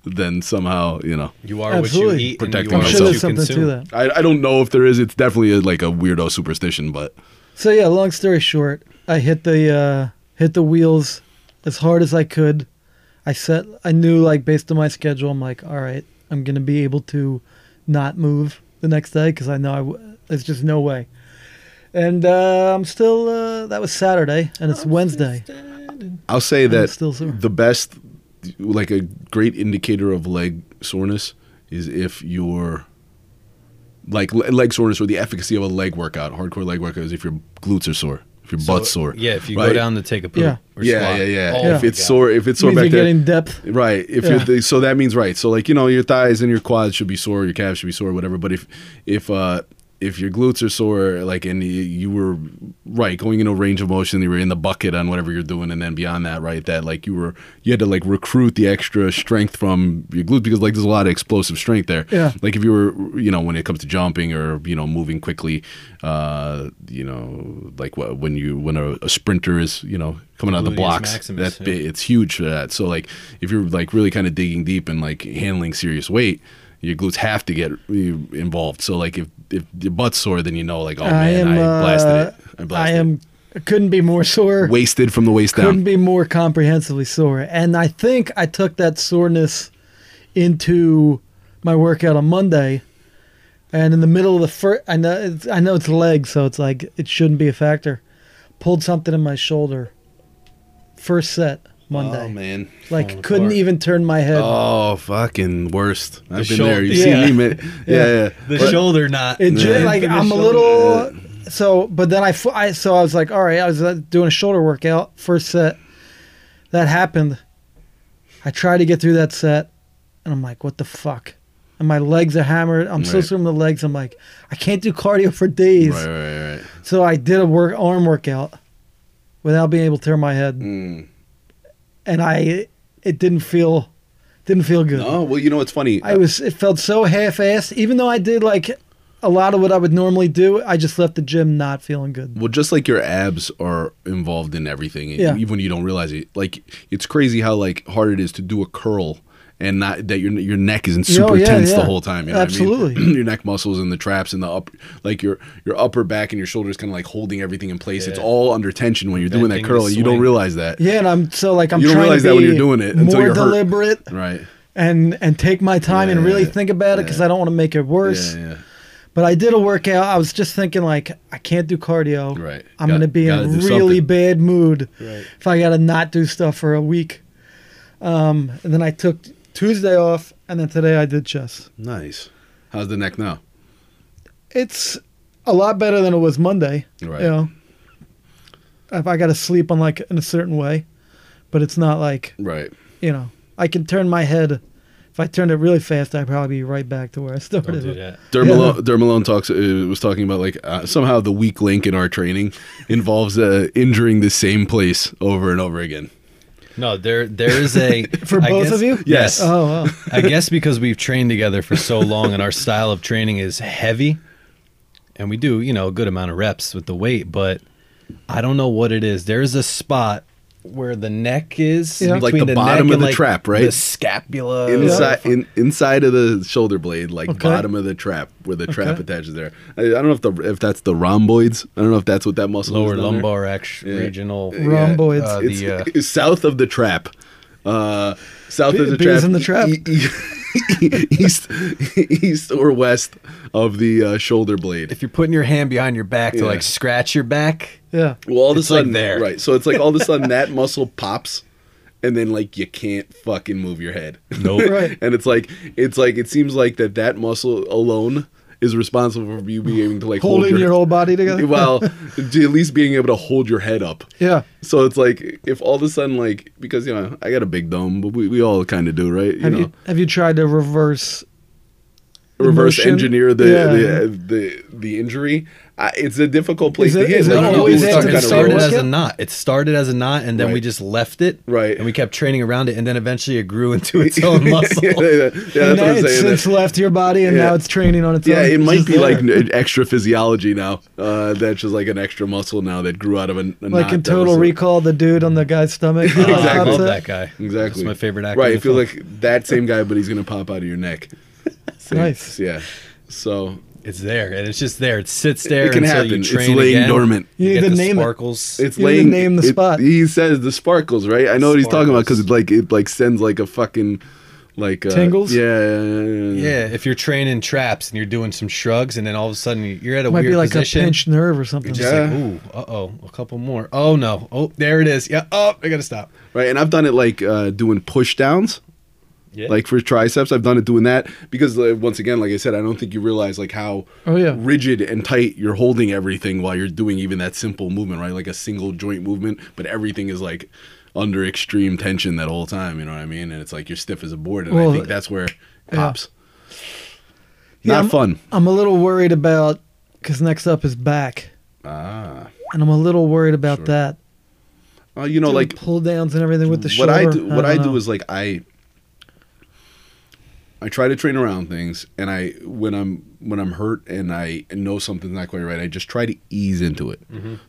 then somehow you know You are what Absolutely. you eat. Protecting and you are I'm what sure myself. there's you something consume. to that. I, I don't know if there is. It's definitely a, like a weirdo superstition, but So yeah, long story short, I hit the uh, hit the wheels as hard as I could. I set I knew like based on my schedule, I'm like, all right, I'm gonna be able to not move the next day because I know I w- there's just no way. And uh, I'm still uh, that was Saturday and it's Wednesday. I'll say that still sore. the best, like a great indicator of leg soreness is if your like le- leg soreness or the efficacy of a leg workout, hardcore leg workout, is if your glutes are sore, if your So, butt's sore. Yeah, if you right? go down to take a poop. Yeah. Or yeah, squat. yeah, yeah, Oh, If my it's God. sore, if it's So sore means back you're there, getting depth. Right. If Yeah. you're the, so that means right. So like you know your thighs and your quads should be sore, your calves should be sore, whatever. But if if uh if your glutes are sore, like and you, you were right going into a range of motion, you were in the bucket on whatever you're doing, and then beyond that, right, that like you were you had to like recruit the extra strength from your glutes because like there's a lot of explosive strength there. Yeah. Like if you were you know when it comes to jumping or you know moving quickly, uh you know like wh- when you when a, a sprinter is you know coming out of the Gluteus blocks, maximus, that's yeah. big it's huge for that. So like if you're like really kind of digging deep and like handling serious weight, your glutes have to get you involved. So like if if your butt's sore, then you know like oh I man, am. I blasted uh, it. I blasted I am. Couldn't be more sore. it. wasted from the waist couldn't down. be more comprehensively sore. And I think I took that soreness into my workout on Monday. And in the middle of the first, I know it's, I know it's legs, so it's like it shouldn't be a factor. Pulled something in my shoulder. First set Monday, Oh man. like Falling couldn't apart. even turn my head. Oh fucking worst. I've been shoulder- there. You Yeah. see me, man. Yeah, yeah. The But- shoulder knot. It ju- Yeah. <laughs> like I'm a little so, but then I, fu- I so I was like, all right, I was uh, doing a shoulder workout first set. That happened. I tried to get through that set, and I'm like, what the fuck? And my legs are hammered. I'm so Right. sore in the legs. I'm like, I can't do cardio for days. Right, right, right, right. So I did a work arm workout without being able to turn my head, Mm. and I it didn't feel didn't feel good. Oh well, you know what's funny? I was it felt so half-assed. Even though I did like a lot of what I would normally do, I just left the gym not feeling good. Well, just like your abs are involved in everything, Yeah. even when you don't realize it. Like it's crazy how like hard it is to do a curl and not that your your neck isn't Yeah, oh, super yeah, tense the yeah. whole time. You know What I Absolutely. mean? <clears throat> your neck muscles and the traps and the up, like your your upper back and your shoulders, kind of like holding everything in place. It's Yeah. all under tension when you're doing that thing curl, to and you don't swing. realize that. Yeah, and I'm so like I'm You don't trying realize to be that when you're doing it until more you're hurt. deliberate Right. and and take my time and Yeah, really yeah, think about it because I don't want to make it worse. Yeah, yeah. But I did a workout. I was just thinking like I can't do cardio. Right. I'm Got- gonna be in a gotta do really something. bad mood Right. if I gotta not do stuff for a week. Um, and then I took Tuesday off, and then today I did chest. Nice. How's the neck now? It's a lot better than it was Monday. Right. You know, if I gotta sleep on like in a certain way, but it's not like Right. you know, I can turn my head. If I turned it really fast, I'd probably be right back to where I started. Don't do that. Dermalone, Dermalone talks uh, was talking about like uh, somehow the weak link in our training involves uh, injuring the same place over and over again. No, there there is a <laughs> For I both guess- of you? Yes. Oh, wow. I guess because we've trained together for so long and our style of training is heavy and we do, you know, a good amount of reps with the weight, but I don't know what it is. There's a spot where the neck is Yeah. Like between the bottom neck of and, the like, trap, right? The scapula. Inside in, inside of the shoulder blade, like Okay. bottom of the trap where the trap Okay. attaches there. I, I don't know if the if that's the rhomboids. I don't know if that's what that muscle lower is down there. lumbar act- Yeah. regional Yeah. Rhomboids. Uh, It's, the, uh, it's south of the trap. Uh, south Be- of the bees trap. in the trap. e- e- <laughs> east, east or west of the uh, shoulder blade. <laughs> If you're putting your hand behind your back Yeah. to like scratch your back, <laughs> Yeah. Well, all of a It's, like, sudden, there. right? So it's like all of a <laughs> sudden that muscle pops, and then like you can't fucking move your head. <laughs> Nope. Right. and it's like it's like it seems like that that muscle alone is responsible for you being able to like Holding hold your whole body together? <laughs> <laughs> well, to at least being able to hold your head up. Yeah. So it's like if all of a sudden like because you know I got a big dome, but we, we all kind of do, right? You Have know, you have you tried to reverse? reverse motion? engineer the, Yeah. the the the injury. I, it's a difficult place Is it- to hit. is it Like, you always do that it some to started, kind of it be started roll as a skip? knot. It started as a knot, and then we Right. just left it. Right. And we kept training around it, and then eventually it grew into <laughs> its own muscle. yeah, yeah, yeah, that's what and now I'm it's saying. since left your body, and Yeah. now it's training on its yeah, own. it It's might just be like there. an extra physiology now. Uh, that's just like an extra muscle now that grew out of a, a like knot in that was Total a- Recall, the dude on the guy's stomach. <laughs> Oh, <laughs> I Exactly. love Upset. that guy. Exactly, That's my favorite actor. Right, in it the feels film. like that same guy, but he's gonna pop out of your neck. Same- Nice. Yeah. So it's there, and it's just there. It sits there. it can until happen. You It's train laying again. dormant. You need get to the name it. sparkles. It's You didn't laying. name the it- spot. He says the sparkles, right? I know what he's talking about because Sparkles. it like it like sends like a fucking like uh, Tingles? Yeah, yeah, yeah, yeah. yeah, if you're training traps and you're doing some shrugs, and then all of a sudden you're at a It might weird be like position. a pinched nerve or something. Just Yeah. like, ooh, uh oh, a couple more. Oh no, oh there it is. Yeah, oh I gotta stop. Right, and I've done it like uh, doing push downs. Yeah. like for triceps i've done it doing that because uh, once again like i said i don't think you realize like how Oh, yeah. rigid and tight you're holding everything while you're doing even that simple movement right like a single joint movement but everything is like under extreme tension that whole time you know what i mean and it's like you're stiff as a board and Well, i think that's where it yeah. pops Yeah, not I'm- fun I'm a little worried about because next up is back, ah and I'm a little worried about Sure. that. well, Uh, you know Doing like pull downs and everything with the what shoulder. Uh-huh. I do, what I, don't do know. is like I I try to train around things, and I when I'm when I'm hurt and I know something's not quite right, I just try to ease into it.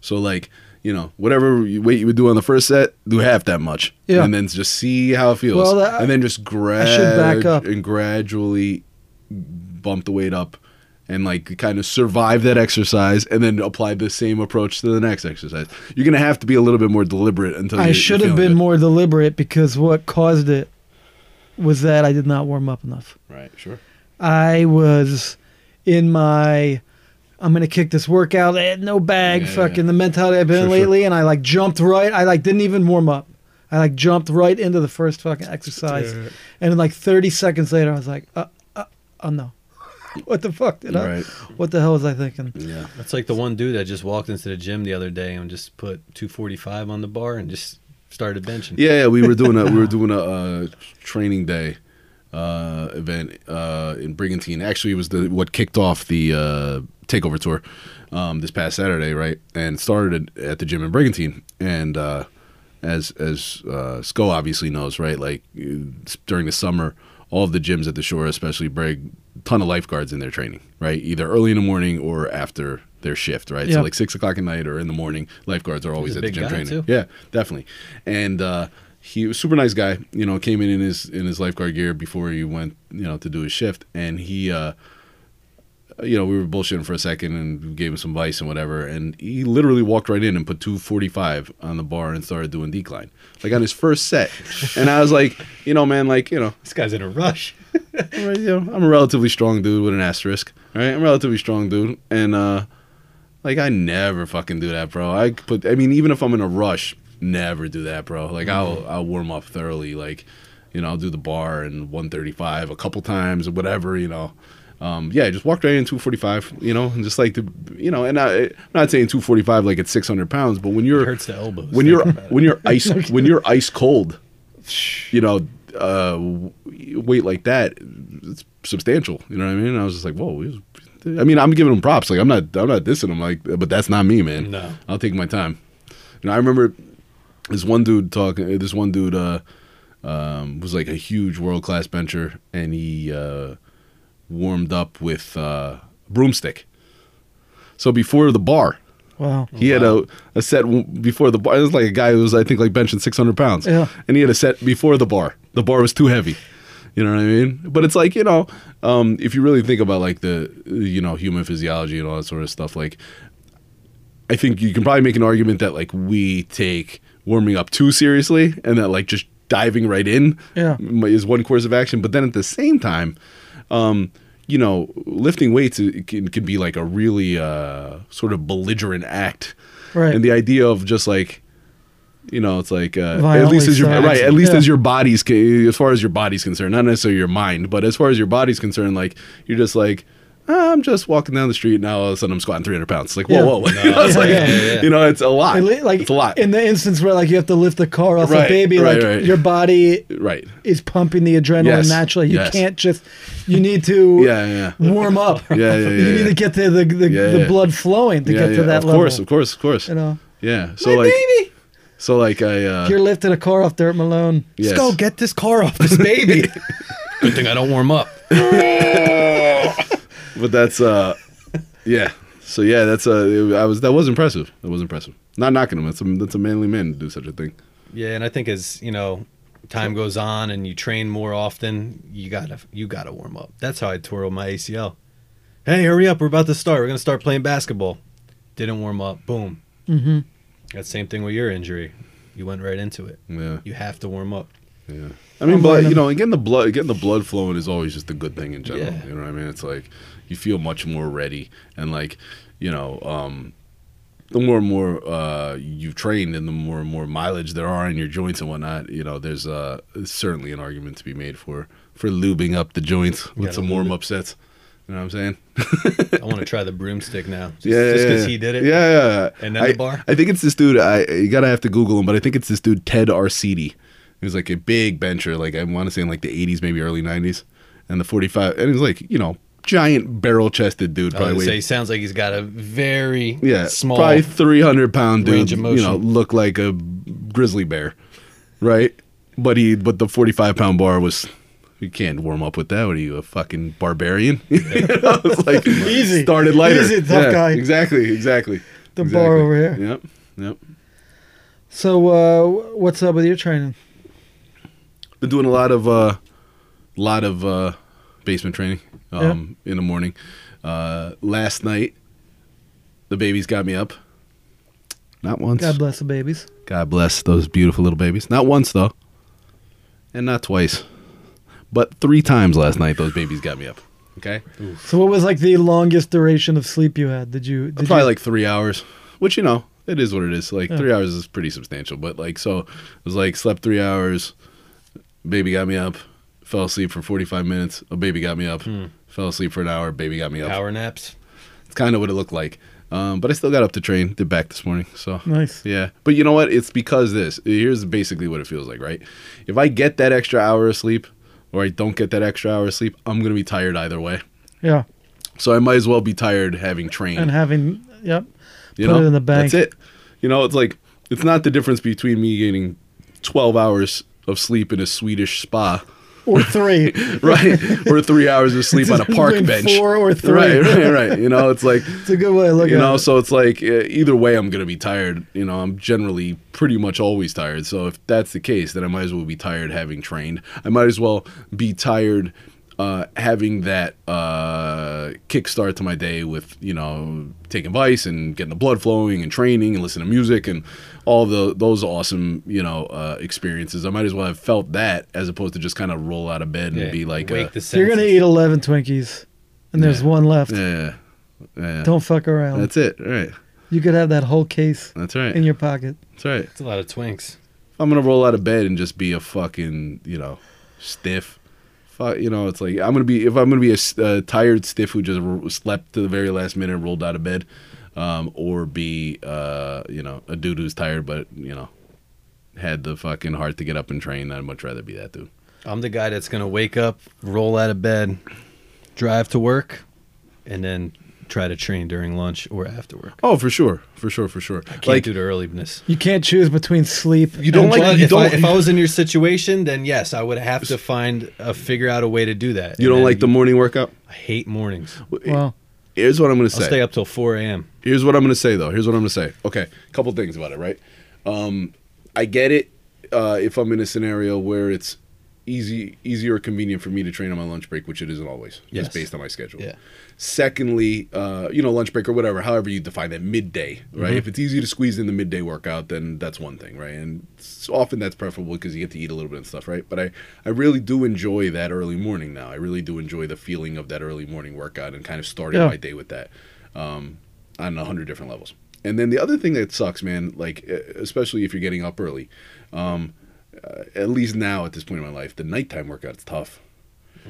So like you know whatever you- weight you would do on the first set, do half that much, Yeah. and then just see how it feels, Well, that- and then just grad should back up. and gradually bump the weight up. And like kind of survive that exercise, and then apply the same approach to the next exercise. You're gonna have to be a little bit more deliberate until you- I you're should have feeling been it. more deliberate because what caused it was that I did not warm up enough. right. Sure. I was in my I'm gonna kick this workout at no bag Yeah, yeah, fucking yeah. the mentality I've been Sure, in sure. lately and I like jumped right I like didn't even warm up. I like jumped right into the first fucking exercise. And then like thirty seconds later I was like, uh, uh oh no. <laughs> what the fuck did I Right. what the hell was I thinking? Yeah. That's like the one dude that just walked into the gym the other day and just put 245 on the bar and just started benching. Yeah, yeah, we were doing a we were doing a uh, training day uh, event uh, in Brigantine. Actually, it was the what kicked off the uh, takeover tour um, this past Saturday, right? And started at, at the gym in Brigantine. And uh, as as uh, Sco obviously knows, right? Like uh, during the summer, all of the gyms at the shore, especially Brig, ton of lifeguards in their training, right? Either early in the morning or after their shift, right? Yeah. So like six o'clock at night or in the morning, lifeguards are always a at the big gym guy, training. too. Yeah, definitely. And uh, he was a super nice guy. You know, came in in his in his lifeguard gear before he went, you know, to do his shift, and he, uh, you know, we were bullshitting for a second and gave him some vice and whatever, and he literally walked right in and put two forty five on the bar and started doing decline, like on his first set, and I was like, you know, man, like you know, This guy's in a rush. I'm a- you know, I'm a relatively strong dude with an asterisk. All right, I'm a relatively strong dude, and uh, like I never fucking do that, bro. I put, I mean, even if I'm in a rush, never do that, bro. Like I'll I'll warm up thoroughly. Like, you know, I'll do the bar and 135 a couple times or whatever, you know. Um, yeah, I just walked right in 245, you know, and just like the, you know, and I, I'm not saying 245 like it's 600 pounds, but when you're hurts the <laughs> elbows, when you're thinking about it. when you're ice when you're ice cold, you know, uh, w- weight like that, it's substantial. You know what I mean? And I was just like, whoa. he was- I mean, I'm giving him props. Like, I'm not, I'm not dissing him. Like, but that's not me, man. No. I'll take my time. You know, I remember this one dude talking. This one dude uh, um, was like a huge world class bencher, and he uh, warmed up with uh, broomstick. So before the bar, Wow. he had a, a set w- before the bar. It was like a guy who was, I think, like benching 600 pounds. Yeah. And he had a set before the bar. The bar was too heavy. You know what I mean? But it's like, you know, um, if you really think about like the, you know, human physiology and all that sort of stuff, like, I think you can probably make an argument that like we take warming up too seriously and that like just diving right in Yeah. m- is one course of action. But then at the same time, um, you know, lifting weights it can, can be like a really uh, sort of belligerent act, Right. and the idea of just like, you know, it's like uh, at Violently least as your started. right, at least Yeah. as your body's ca- as far as your body's concerned, not necessarily your mind, but as far as your body's concerned, like you're just like. "Ah, I'm just walking down the street now. All of a sudden, I'm squatting 300 pounds. Like whoa, Yeah. whoa, <laughs> whoa. you, know, it's Yeah, like, yeah, yeah, yeah. you know, it's a lot. At lea- like it's a lot. in the instance where like you have to lift the car off Right, a baby, right, like right. your body right. is pumping the adrenaline Yes, naturally. You yes. can't just you need to <laughs> Yeah, yeah. warm up. <laughs> Yeah, yeah, you yeah, need yeah. to get the the, the, Yeah, the yeah. blood flowing to yeah, get yeah. to that of level. course, of course, of course. You know, Yeah. So like, so like I. Uh, if you're lifting a car off dirt, Malone. yes. Let's go get this car off this <laughs> baby. Good thing I don't warm up. but that's uh yeah so yeah that's uh it- i was that was impressive that was impressive not knocking him that's a, that's a manly man to do such a thing Yeah, and I think as you know, time goes on and you train more often, you gotta you gotta warm up. That's how I tore my ACL. Hey, hurry up! We're about to start. We're gonna start playing basketball. Didn't warm up. Boom. Mm-hmm. That same thing with your injury. You went right into it. yeah You have to warm up. yeah i mean I'm but learning. you know and getting the blood getting the blood flowing is always just a good thing in general Yeah. you know what i mean it's like you feel much more ready and like you know um the more and more uh, you've trained and the more and more mileage there are in your joints and whatnot, you know, there's uh, certainly an argument to be made for for lubing up the joints with gotta some lube warm up sets. You know what I'm saying? I want to try the broomstick now. Just, yeah, just yeah, because yeah. he did it. Yeah, yeah, yeah. And then I, the bar? I think it's this dude. I you gotta have to Google him, but I think it's this dude Ted Arcidi. He was like a big bencher, like I want to say in like the '80s, maybe early '90s, and the 45. And he was like, you know, giant barrel-chested dude, I was probably gonna weighed- say, sounds like Oh, he's got a very yeah, small. probably 300 pound dude. range of You know, motion. look like a grizzly bear, right? But he, but the 45 pound bar was. You can't warm up with that. What are you, a fucking barbarian? <laughs> it's like <laughs> Easy. started lighter. Easy, tough Yeah, guy. Exactly, exactly. The exactly. bar over here. Yep, yep. So uh, what's up with your training? been doing a lot of uh lot of uh basement training um in the morning uh last night the babies got me up not once God bless the babies. God bless those beautiful little babies not once though and not twice but three times last night those babies got me up okay So what was like the longest duration of sleep you had? Did you? Did probably you, like three hours, which you know it is what it is. Like Yeah. three hours is pretty substantial, but like so it was like slept three hours, baby got me up, fell asleep for forty five minutes, a baby got me up, Hmm. fell asleep for an hour, baby got me up. power naps. It's kind of what it looked like. Um, but I still got up to train, did back this morning, so nice. yeah. But you know what? It's because this. Here's basically what it feels like, right? If I get that extra hour of sleep, or I don't get that extra hour of sleep, I'm gonna be tired either way. Yeah, So I might as well be tired having trained. and having yep. You Put know, it in the bank. That's it. You know, it's like <laughs> it's not the difference between me getting twelve hours of sleep in a Swedish spa <laughs> or three. right? Or three hours of <laughs> sleep on a park Between bench. four or three. Right, right, right. You know, it's like <laughs> It's a good way to look you at know, it. so it's like uh, either way, I'm gonna be tired. You know, I'm generally pretty much always tired. So if that's the case, then I might as well be tired having trained. I might as well be tired uh, having that uh, kickstart to my day with you know taking vice and getting the blood flowing and training and listening to music and all the those awesome you know uh, experiences. I might as well have felt that as opposed to just kind of roll out of bed and Yeah, be like, wake uh, the You're gonna senses. eat eleven Twinkies, and there's Yeah. one left. yeah, yeah, Don't fuck around. that's it, right? you could have that whole case That's right. in your pocket. That's right. It's a lot of twinks. I'm gonna roll out of bed and just be a fucking you know stiff. Fuck, you know, it's like I'm gonna be if I'm gonna be a s- uh, tired stiff who just r- slept to the very last minute and rolled out of bed, um, or be uh, you know a dude who's tired but you know had the fucking heart to get up and train. I'd much rather be that dude. I'm the guy that's gonna wake up, roll out of bed, drive to work, and then try to train during lunch or after work. Oh, for sure, for sure, for sure. Can't Like do the earliness. You can't choose between sleep. You don't and like- tra- But you if, I, don't- if I <laughs> was in your situation, then yes, I would have to find a figure out a way to do that. you And don't then like the morning workout. I hate mornings. Well, Here's what I'm gonna I'll say. stay up till 4 a.m. Here's what I'm gonna say though. Here's what I'm gonna say. Okay, couple things about it, right? Um, I get it uh, if I'm in a scenario where it's easy, easy or convenient for me to train on my lunch break, which it isn't always, Yes. just based on my schedule. Yeah. Secondly, uh, you know, lunch break or whatever, however you define that midday, right? Mm-hmm. If it's easy to squeeze in the midday workout, then that's one thing, right? And s often that's preferable because you get to eat a little bit and stuff, right? But I, I really do enjoy that early morning now. I really do enjoy the feeling of that early morning workout and kind of starting Yeah. my day with that um, on a hundred different levels. And then the other thing that sucks, man, like e- especially if you're getting up early, um, uh, at least now at this point in my life, the nighttime workout's tough.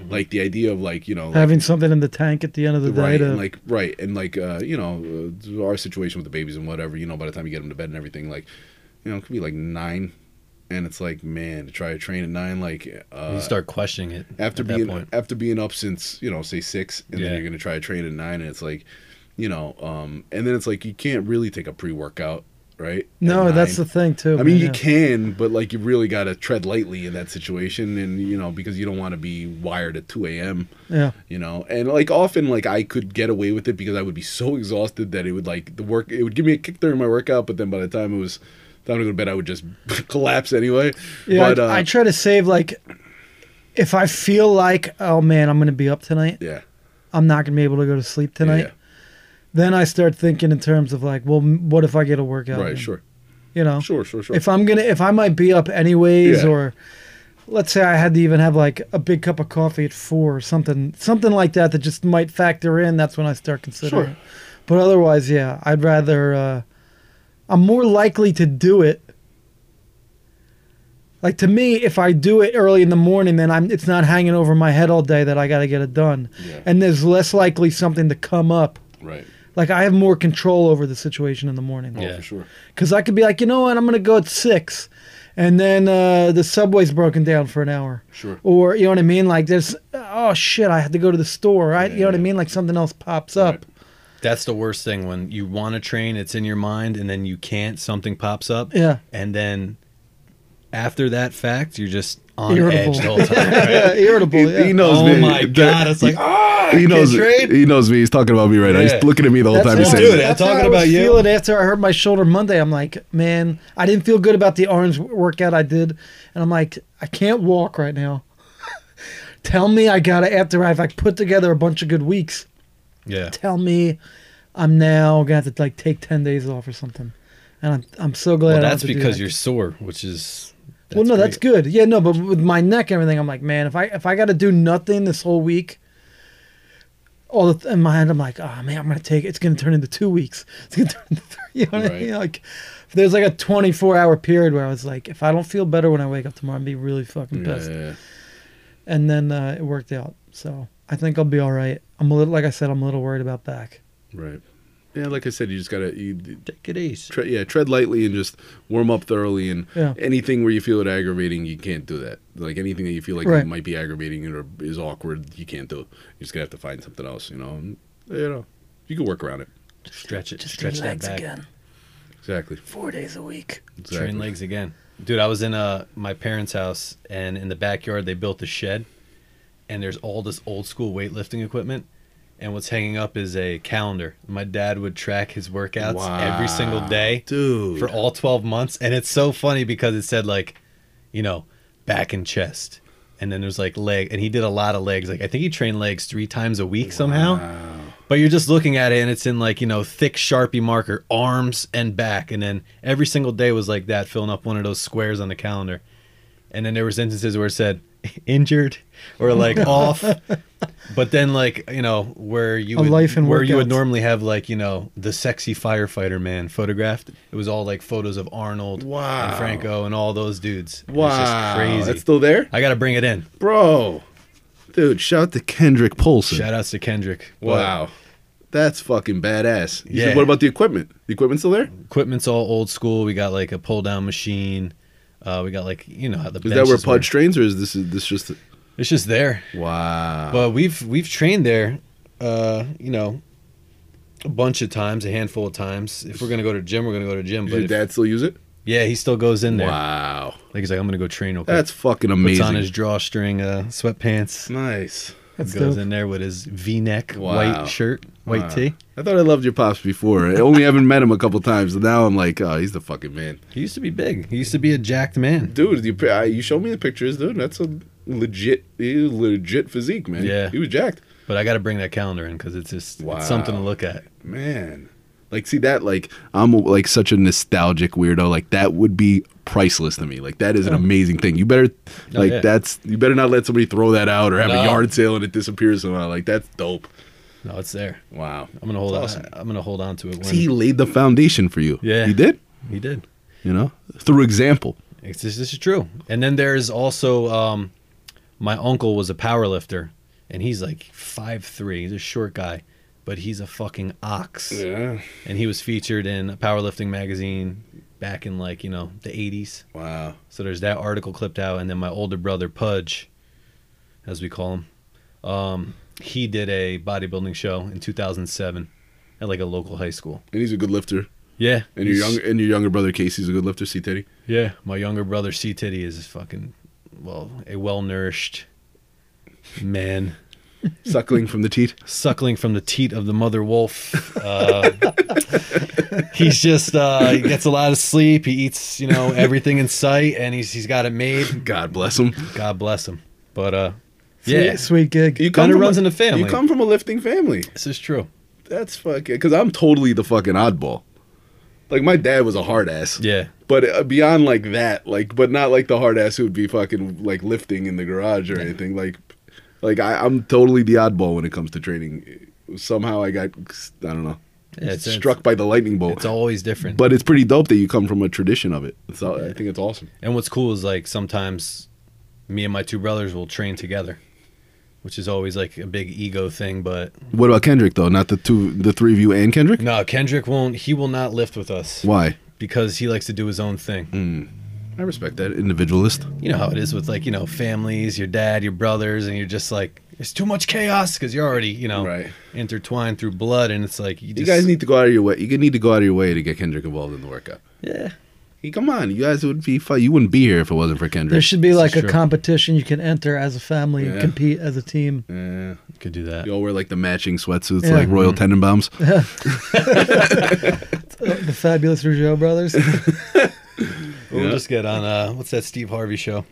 Like the idea of like you know like, Mm-hmm. having something in the tank at the end of the day right to and like right and like uh, you know uh, our situation with the babies and whatever you know by the time you get them to bed and everything like you know it could be like nine, and it's like man to try to train at nine like uh, you start questioning it after at being that point. after being up since you know say six and Yeah. then you're gonna try to train at nine and it's like you know um and then it's like you can't really take a pre-workout right no, at that's the nine. thing too. I mean, man, you yeah. can, but like you really got to tread lightly in that situation, and you know because you don't want to be wired at two a.m Yeah, you know and like often like i could get away with it because i would be so exhausted that it would like the work it would give me a kick during my workout but then by the time it was time to go to bed i would just <laughs> collapse anyway yeah. but uh, I, I try to save like, if I feel like, oh man, I'm gonna be up tonight. yeah I'm not gonna be able to go to sleep tonight. yeah. Then I start thinking in terms of like, well, m- what if I get a workout? right in? sure You know, sure sure sure if I'm gonna, if I might be up anyways, Yeah. or let's say I had to even have like a big cup of coffee at four or something, something like that that just might factor in. That's when I start considering. Sure. it. But otherwise, yeah, I'd rather. Uh, I'm more likely to do it. Like to me, if I do it early in the morning, then I'm it's not hanging over my head all day that I got to get it done, Yeah. and there's less likely something to come up. right Like I have more control over the situation in the morning. Oh, Yeah. for sure Because I could be like, you know what, I'm going to go at six. And then uh, the subway's broken down for an hour. Sure. Or, you know what I mean? Like, there's, oh shit, I had to go to the store, right? you know what I yeah. mean? Like, something else pops Right. up. That's the worst thing when you want to train, it's in your mind, and then you can't, something pops up. Yeah. And then after that fact, you're just on Irritable. edge the whole time. <laughs> right? Yeah, irritable. <laughs> he, yeah. he knows Oh me. <laughs> my God, it's like, ah, he knows. trade? He knows me. He's talking about me right now. Yeah. He's looking at me the whole time. He's saying, what I'm that. doing. that's I'm how talking I was about you. feeling after I hurt my shoulder Monday. I'm like, man, I didn't feel good about the arms workout I did, and I'm like, I can't walk right now. <laughs> Tell me I gotta after I've like put together a bunch of good weeks. Yeah. Tell me I'm now gonna have to like take ten days off or something. And I'm I'm so glad. Well, I don't that's have to do because that. you're sore, which is. Well, no, great. that's good. Yeah, no, but with my neck and everything, I'm like, man, if I if I got to do nothing this whole week, all the in my head, I'm like, oh man, I'm gonna take it's gonna turn into two weeks. <laughs> It's gonna turn into three. You know what I Right. mean? Like, there's like a 24 hour period where I was like, if I don't feel better when I wake up tomorrow, I'm be really fucking pissed. Yeah, yeah, And then uh, it worked out, so I think I'll be all right. I'm a little, like I said, I'm a little worried about back. yeah. right. Yeah, like I said, you just gotta. You, Take it easy. tre- yeah, tread lightly and just warm up thoroughly. And Yeah. anything where you feel it aggravating, you can't do that. Like anything that you feel like Right. might be aggravating or is awkward, you can't do. You just gonna have to find something else. You know, and, you know, you can work around it. Stretch it. Stretch that back. Exactly. four days a week. exactly. Train legs again. Dude, I was in uh my parents' house, and in the backyard they built a shed, and there's all this old school weightlifting equipment, and what's hanging up is a calendar. My dad would track his workouts every single day dude. for all 12 months, and it's so funny because it said like, you know, back and chest, and then there's like leg, and he did a lot of legs. Like I think he trained legs three times a week somehow. But you're just looking at it and it's in like, you know, thick Sharpie marker, arms and back. And then every single day was like that, filling up one of those squares on the calendar. And then there was instances where it said <laughs> injured <laughs> or like off. But then like, you know, where you A would, life and where you would workouts. normally have like, you know, the sexy firefighter man photographed. It was all like photos of Arnold Wow. and Franco and all those dudes. It wow, was just crazy. That's still there, I gotta bring it in. bro. Dude, shout out to Kendrick Polson. Shout outs to Kendrick. But Wow. That's fucking badass. You said, Yeah. what about the equipment? The equipment's still there? equipment's all old school. We got like a pull down machine. Uh, we got like you know how the Is that where benches were. Pudge trains, or is this is this just? It's just there. Wow. But we've we've trained there, uh, you know, a bunch of times, a handful of times. If we're gonna go to gym, we're gonna go to gym. Does But your if- dad still use it? yeah, he still goes in there. Wow. Like he's like, I'm gonna go train real quick. That's fucking Puts amazing. on his drawstring uh, sweatpants. nice. That's goes dope. in there with his V-neck Wow. white shirt, white Wow. tee. I thought I loved your pops before. I only haven't met him a couple times. And now I'm like, oh, he's the fucking man, He used to be big. He used to be a jacked man. dude. You I, you showed me the pictures, dude. That's a legit, he was legit physique, man. Yeah. he was jacked, But I got to bring that calendar in because it's just Wow. it's something to look at. man. Like, see that? Like, I'm like such a nostalgic weirdo. Like, that would be priceless to me. Like, that is an amazing thing. You better, Oh, like, yeah. that's you better not let somebody throw that out or have No. a yard sale and it disappears somehow. Like, that's dope. No, it's there. Wow. I'm gonna hold on. That's awesome. I'm gonna hold on to it. When See, he laid the foundation for you. Yeah. he did. he did. You know, through example. It's, this is true. And then there's also um, my uncle was a power lifter, and he's like five three. He's a short guy, but he's a fucking ox. Yeah. And he was featured in a powerlifting magazine back in like you know the 80s. Wow. So there's that article clipped out, and then my older brother Pudge, as we call him, um, he did a bodybuilding show in 2007 at like a local high school. And he's a good lifter. Yeah. And your he's- younger and your younger brother Casey's a good lifter, see <laughs> Teddy. Yeah, my younger brother C Titty is fucking well a well nourished man Suckling from the teat. suckling from the teat of the mother wolf. Uh, <laughs> he's just uh, he gets a lot of sleep. He eats you know everything in sight, and he's he's got it made. God bless him. God bless him. But uh, Sweet, yeah, sweet gig. come from runs a- in the family. You come from a lifting family. this is true. That's fucking because I'm totally the fucking oddball. Like my dad was a hard ass. Yeah, But uh, beyond like that, like but not like the hard ass who would be fucking like lifting in the garage or anything. Like, like I, I'm totally the oddball when it comes to training. Somehow I got I don't know Yeah, it's- struck by the lightning bolt. it's always different. but it's pretty dope that you come from a tradition of it. So I think it's awesome. And what's cool is like sometimes me and my two brothers will train together, which is always like a big ego thing, but. What about Kendrick though? Not the two, the three of you and Kendrick. No, Kendrick won't. He will not lift with us Why? because he likes to do his own thing. Hmm. I respect that individualist. You know how it is with like you know families, your dad, your brothers, and you're just like it's too much chaos because you're already you know Right. intertwined through blood, and it's like you, You just, guys need to go out of your way. You need to go out of your way to get Kendrick involved in the workout. yeah. Hey, come on, you guys would be fun. You wouldn't be here if it wasn't for Kendrick. There should be like a true. competition you can enter as a family and Yeah. compete as a team. yeah. Could do that. You all wear like the matching sweatsuits, Yeah. like Royal Tenenbaums. <laughs> Uh, The fabulous Rougeau brothers. you We'll Yeah. just get on uh what's that Steve Harvey <laughs> show?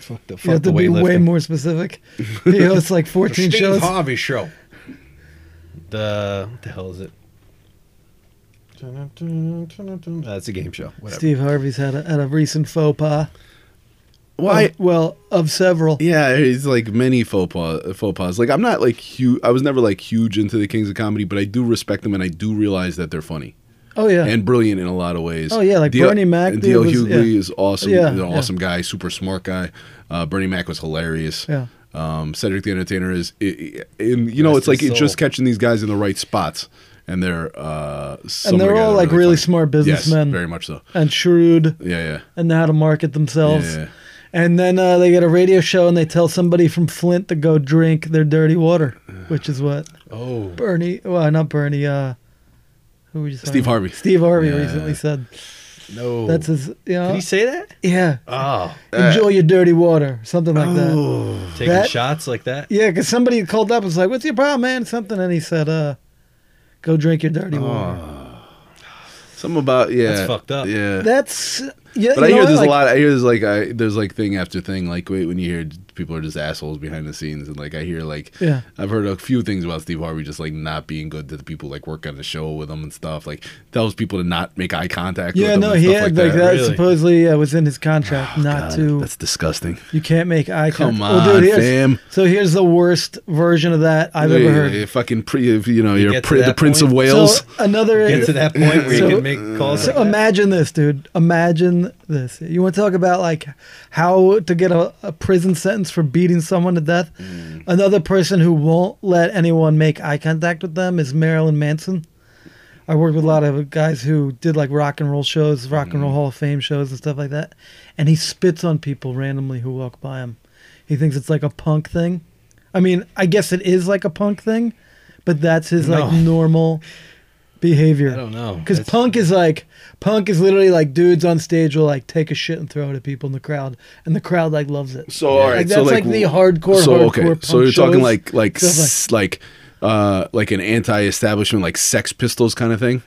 Fuck the fuck have the to be way weightlifting. more specific. He hosts like 14 shows. Harvey show. The what the hell is it? That's Uh, a game show. Whatever. Steve Harvey's had a, had a recent faux pas. Why? Of- well, of several. Yeah, he's like many faux pas. Faux pas. Like I'm not like huge. I was never like huge into the Kings of Comedy, but I do respect them, and I do realize that they're funny. Oh yeah. and brilliant in a lot of ways. Oh, yeah, like D.L. Bernie Mac, And dude, D.L. was- Hughley yeah. is awesome. Yeah, He's an yeah. awesome guy, super smart guy. Uh, Bernie Mac was hilarious. Yeah. Um, Cedric the Entertainer is, i- i- and you know, Rest it's like his it's just soul. catching these guys in the right spots, and they're uh, some And they're of the guys all, are like, really funny. smart businessmen. Yes, very much so. and shrewd Yeah, and know how to market yeah, themselves. yeah. And then uh, they get a radio show and they tell somebody from Flint to go drink their dirty water, which is what Oh, Bernie, well, not Bernie, uh, who were you Steve Harvey. Steve Harvey Yeah. recently said. No. That's his, you know. Did he say that? yeah. Oh. Uh, Enjoy your dirty water, something like that. Taking That- shots like that? Yeah, because somebody called up and was like, "What's your problem, man?" Something, and he said, "Uh, go drink your Oh. dirty water." Something about yeah, That's fucked up. Yeah, That's yeah. but I you know hear what, there's like, a lot. I hear there's like I, there's like thing after thing. Like wait, when you hear people are just assholes behind the scenes, and like I hear like Yeah. I've heard a few things about Steve Harvey just like not being good to the people like work on the show with him and stuff. Like tells people to not make eye contact. with Yeah, them no, and he stuff had like Oh, like that, Really? supposedly uh, was in his contract not God, to. That's disgusting. You can't make eye Come contact. Oh, Well, on, dude, here's- fam. So here's the worst version of that I've Yeah, ever yeah, heard. yeah, fucking pre, you know, you are get to pri- the that Prince of point? Wales. So another Get to that point where So- you can make calls. So like that? imagine this, dude. Imagine this. You want to talk about like how to get a, a prison sentence for beating someone to death? Mm. Another person who won't let anyone make eye contact with them is Marilyn Manson. I worked with a lot of guys who did like rock and roll shows, rock and Mm. roll Hall of Fame shows, and stuff like that. And he spits on people randomly who walk by him. He thinks it's like a punk thing. I mean, I guess it is like a punk thing, but that's his like No. <laughs> normal behavior. I don't know. Because That's- punk is like punk is literally like dudes on stage will like take a shit and throw it at people in the crowd, and the crowd like loves it. So all right, like, that's so like, like, the hardcore. So hardcore okay, punk so you're talking shows. like like Stuff like- s- like uh like an anti-establishment like Sex Pistols kind of thing.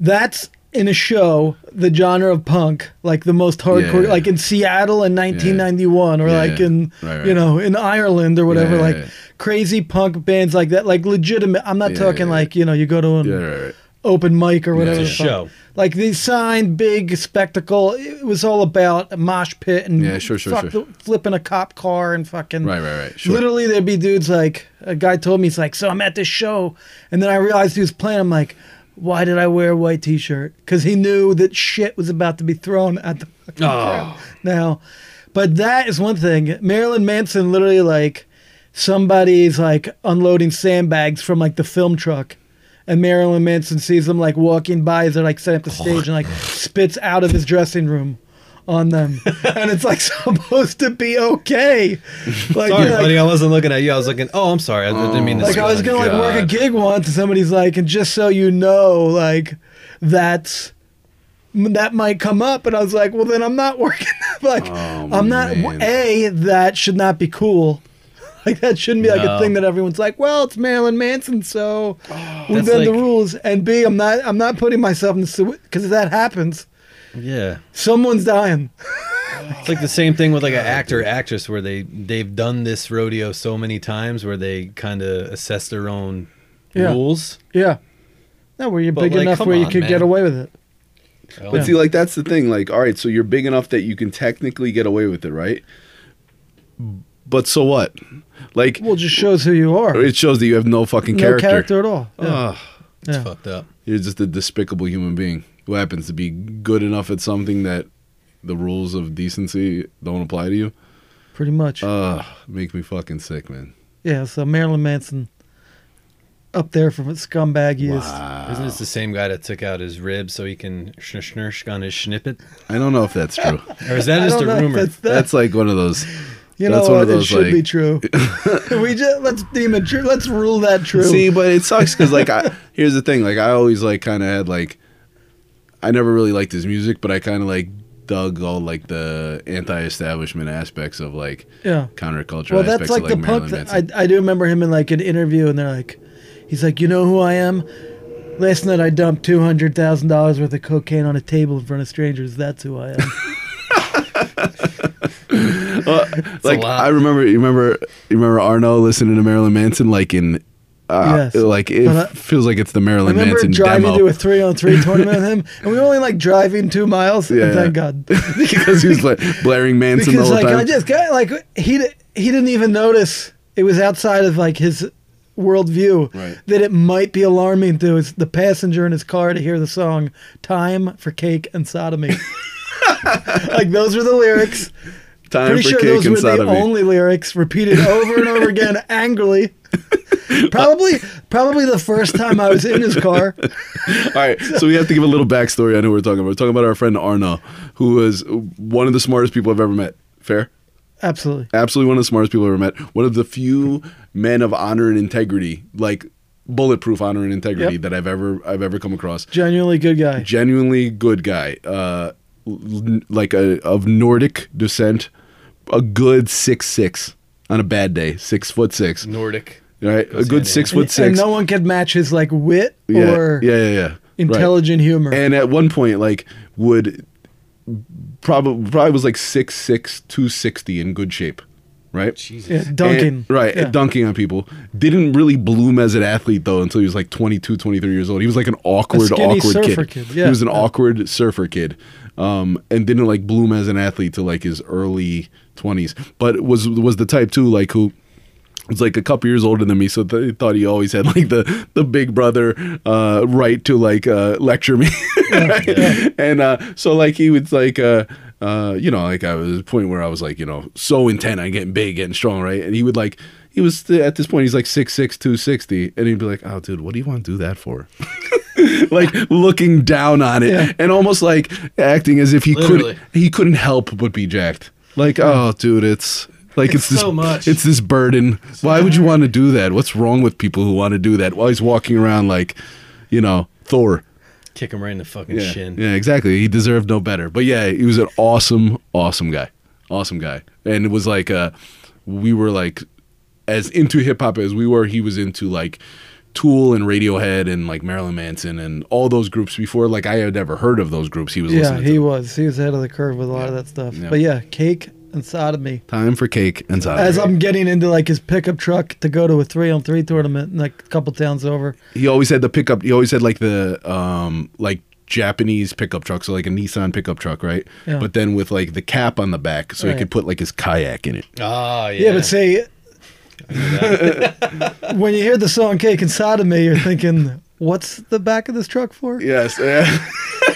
that's in a show the genre of punk, like the most hardcore, Yeah. like in Seattle in 1991, or Yeah, like yeah. in Right, right. you know in Ireland or whatever, Yeah, yeah, like yeah. crazy punk bands like that, like legitimate. I'm not Yeah, talking yeah, like you know you go to an Yeah, right, right. open mic or whatever. It's a the fuck. show. Like they signed big spectacle. It was all about a mosh pit and Yeah, sure, sure, fuck sure. the- flipping a cop car and fucking Right, right, right, sure. Literally, there'd be dudes like a guy told me he's like, so I'm at this show, and then I realized he was playing. I'm like, why did I wear a white T-shirt? Because he knew that shit was about to be thrown at the fucking Ah. crowd. <laughs> Now, but that is one thing. Marilyn Manson literally like somebody's like unloading sandbags from like the film truck. And Marilyn Manson sees them like walking by as they're like setting up the stage and like spits out of his dressing room on <laughs> them. and it's like <laughs> supposed to be okay. Like, Sorry, like, buddy. I wasn't looking at you. I was looking. Oh, I'm sorry. I didn't mean to. like, say I was that. gonna like work a God. gig once and somebody's like, and just so you know, like that's that might come up and I was like, well then I'm not working <laughs> like Oh, I'm not man. a that should not be cool. <laughs> Like that shouldn't be like a No. Oh, thing that everyone's like, well, it's Marilyn Manson, so we That's bend the like- rules. And B, I'm not I'm not putting myself in the because if that happens, Yeah. someone's dying. It's like the same thing with like an actor actress where they they've done this rodeo so many times where they kind of assess their own Yeah. rules. Yeah. No, where you're But, big like, enough come where you on, could get man. away with it. Well, But see, like that's the thing. Like, all right, so you're big enough that you can technically get away with it, right? But so what? Like, Well, it just shows who you are. it shows that you have no fucking no character. character. at all. Yeah. Ugh, it's yeah. fucked up. you're just a despicable human being who happens to be good enough at something that the rules of decency don't apply to you. pretty much. Ugh, make me fucking sick, man. yeah, so Marilyn Manson up there from scumbag he is. Isn't this the same guy that took out his rib so he can schnish on his snippet? I don't know if <laughs> that's true. Or is that I just don't a know if rumor? that's- that's like one of those. You That's know one what? of It those, should be like- true. <laughs> we just let's deem it true. Let's rule that true. See, but it sucks because like I, <laughs> here's the thing. Like I always like kind of had like I never really liked his music, but I kind of like dug all like the anti-establishment aspects of like yeah. counterculture. Well, that's aspects like, of, the Marilyn punk. Th- Manson. I I do remember him in like an interview, and they're like, he's like, you know who I am. Last night I dumped two hundred thousand dollars worth of cocaine on a table in front of strangers. That's who <laughs> I am. Uh, <laughs> like a lot. I remember, you remember, you remember Arno listening to Marilyn Manson like in. Uh, Yes. Like it But I- feels like it's the I Marilyn remember Manson driving demo to <laughs> a three on three tournament with him, and we were only like driving two miles. Yeah. And thank God. <laughs> because <laughs> he was like blaring Manson the because whole like time. I just got like he di- he didn't even notice it was outside of like his worldview Right. that it might be alarming to his, the passenger in his car to hear the song "Time for Cake and Sodomy." <laughs> like those were the lyrics. time Pretty for sure cake those and were the sodomy. only lyrics repeated over and over again <laughs> angrily. probably probably the first time I was in his car. All right, so we have to give a little backstory on who we're talking about. We're talking about our friend Arno, who was one of the smartest people I've ever met. Fair? Absolutely. Absolutely one of the smartest people I've ever met. One of the few men of honor and integrity, like bulletproof honor and integrity Yep. that I've ever I've ever come across. Genuinely good guy. Genuinely good guy. Uh, l- like a, of Nordic descent, a good six six on a bad day, six foot six, Nordic. Mm-hmm. right? A Goes hand in good six And- foot six. And no one could match his like wit yeah, or yeah, yeah, yeah. Right. intelligent humor. And at one point, like would probably probably was like six six two sixty in good shape, right? yeah, Jesus. Duncan. And- right, Yeah. dunking on people. Didn't really bloom as an athlete though until he was like 22, 23 years old. He was like an awkward, skinny awkward surfer kid. kid, He yeah. was an awkward surfer kid, um, and didn't like bloom as an athlete till like his early twenties. But was was the type too, like who was like a couple years older than me, so th- he thought he always had like the the big brother uh, right to like uh, lecture me, <laughs> and uh, so like he would like. Uh, uh, you know, like I was at a point where I was like, you know, so intent on getting big, getting strong, right? And he would like, he was st- at this point, he's like six six two sixty, and he'd be like, oh, dude, what do you want to do that for? <laughs> like looking down on it Yeah. and almost like acting as if he Literally. couldn't he couldn't help but be jacked. Like, oh dude, it's like it's, It's this so much. it's this burden. Why would you want to do that? What's wrong with people who want to do that? While he's walking around like, you know, Thor. Kick him right in the fucking Yeah. shin. yeah, exactly. He deserved no better. But yeah, he was an awesome, awesome guy. Awesome guy. And it was like uh we were like as into hip hop as we were, he was into like Tool and Radiohead and like Marilyn Manson and all those groups before like I had never heard of those groups he was yeah, listening he to. was. He was ahead of the curve with a lot of that stuff. Yeah. But yeah, cake and sodomy. Time for cake and soda. As I'm getting into like his pickup truck to go to a three on three tournament, like a couple towns over. he always had the pickup he always had like the um like Japanese pickup truck, so like a Nissan pickup truck, right? Yeah. But then with like the cap on the back, so Right. he could put like his kayak in it. Ah, yeah. Yeah, but say <laughs> when you hear the song "Cake and Sodomy," you're thinking, "What's the back of this truck for? Yes. <laughs> yeah.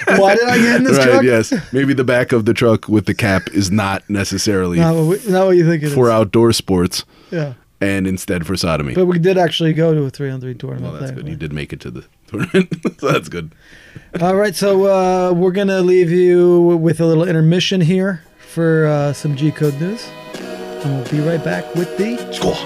<laughs> Why did I get in this right, truck?" yes. Maybe the back of the truck with the cap is not necessarily Not what, we, not what you think it is. for outdoor sports Yeah, and instead for sodomy. but we did actually go to a three on three tournament. well, that's there. good. He did make it to the <laughs> tournament. so that's good. All right, so uh, we're gonna leave you with a little intermission here for uh, some G code news, and we'll be right back with the. Score.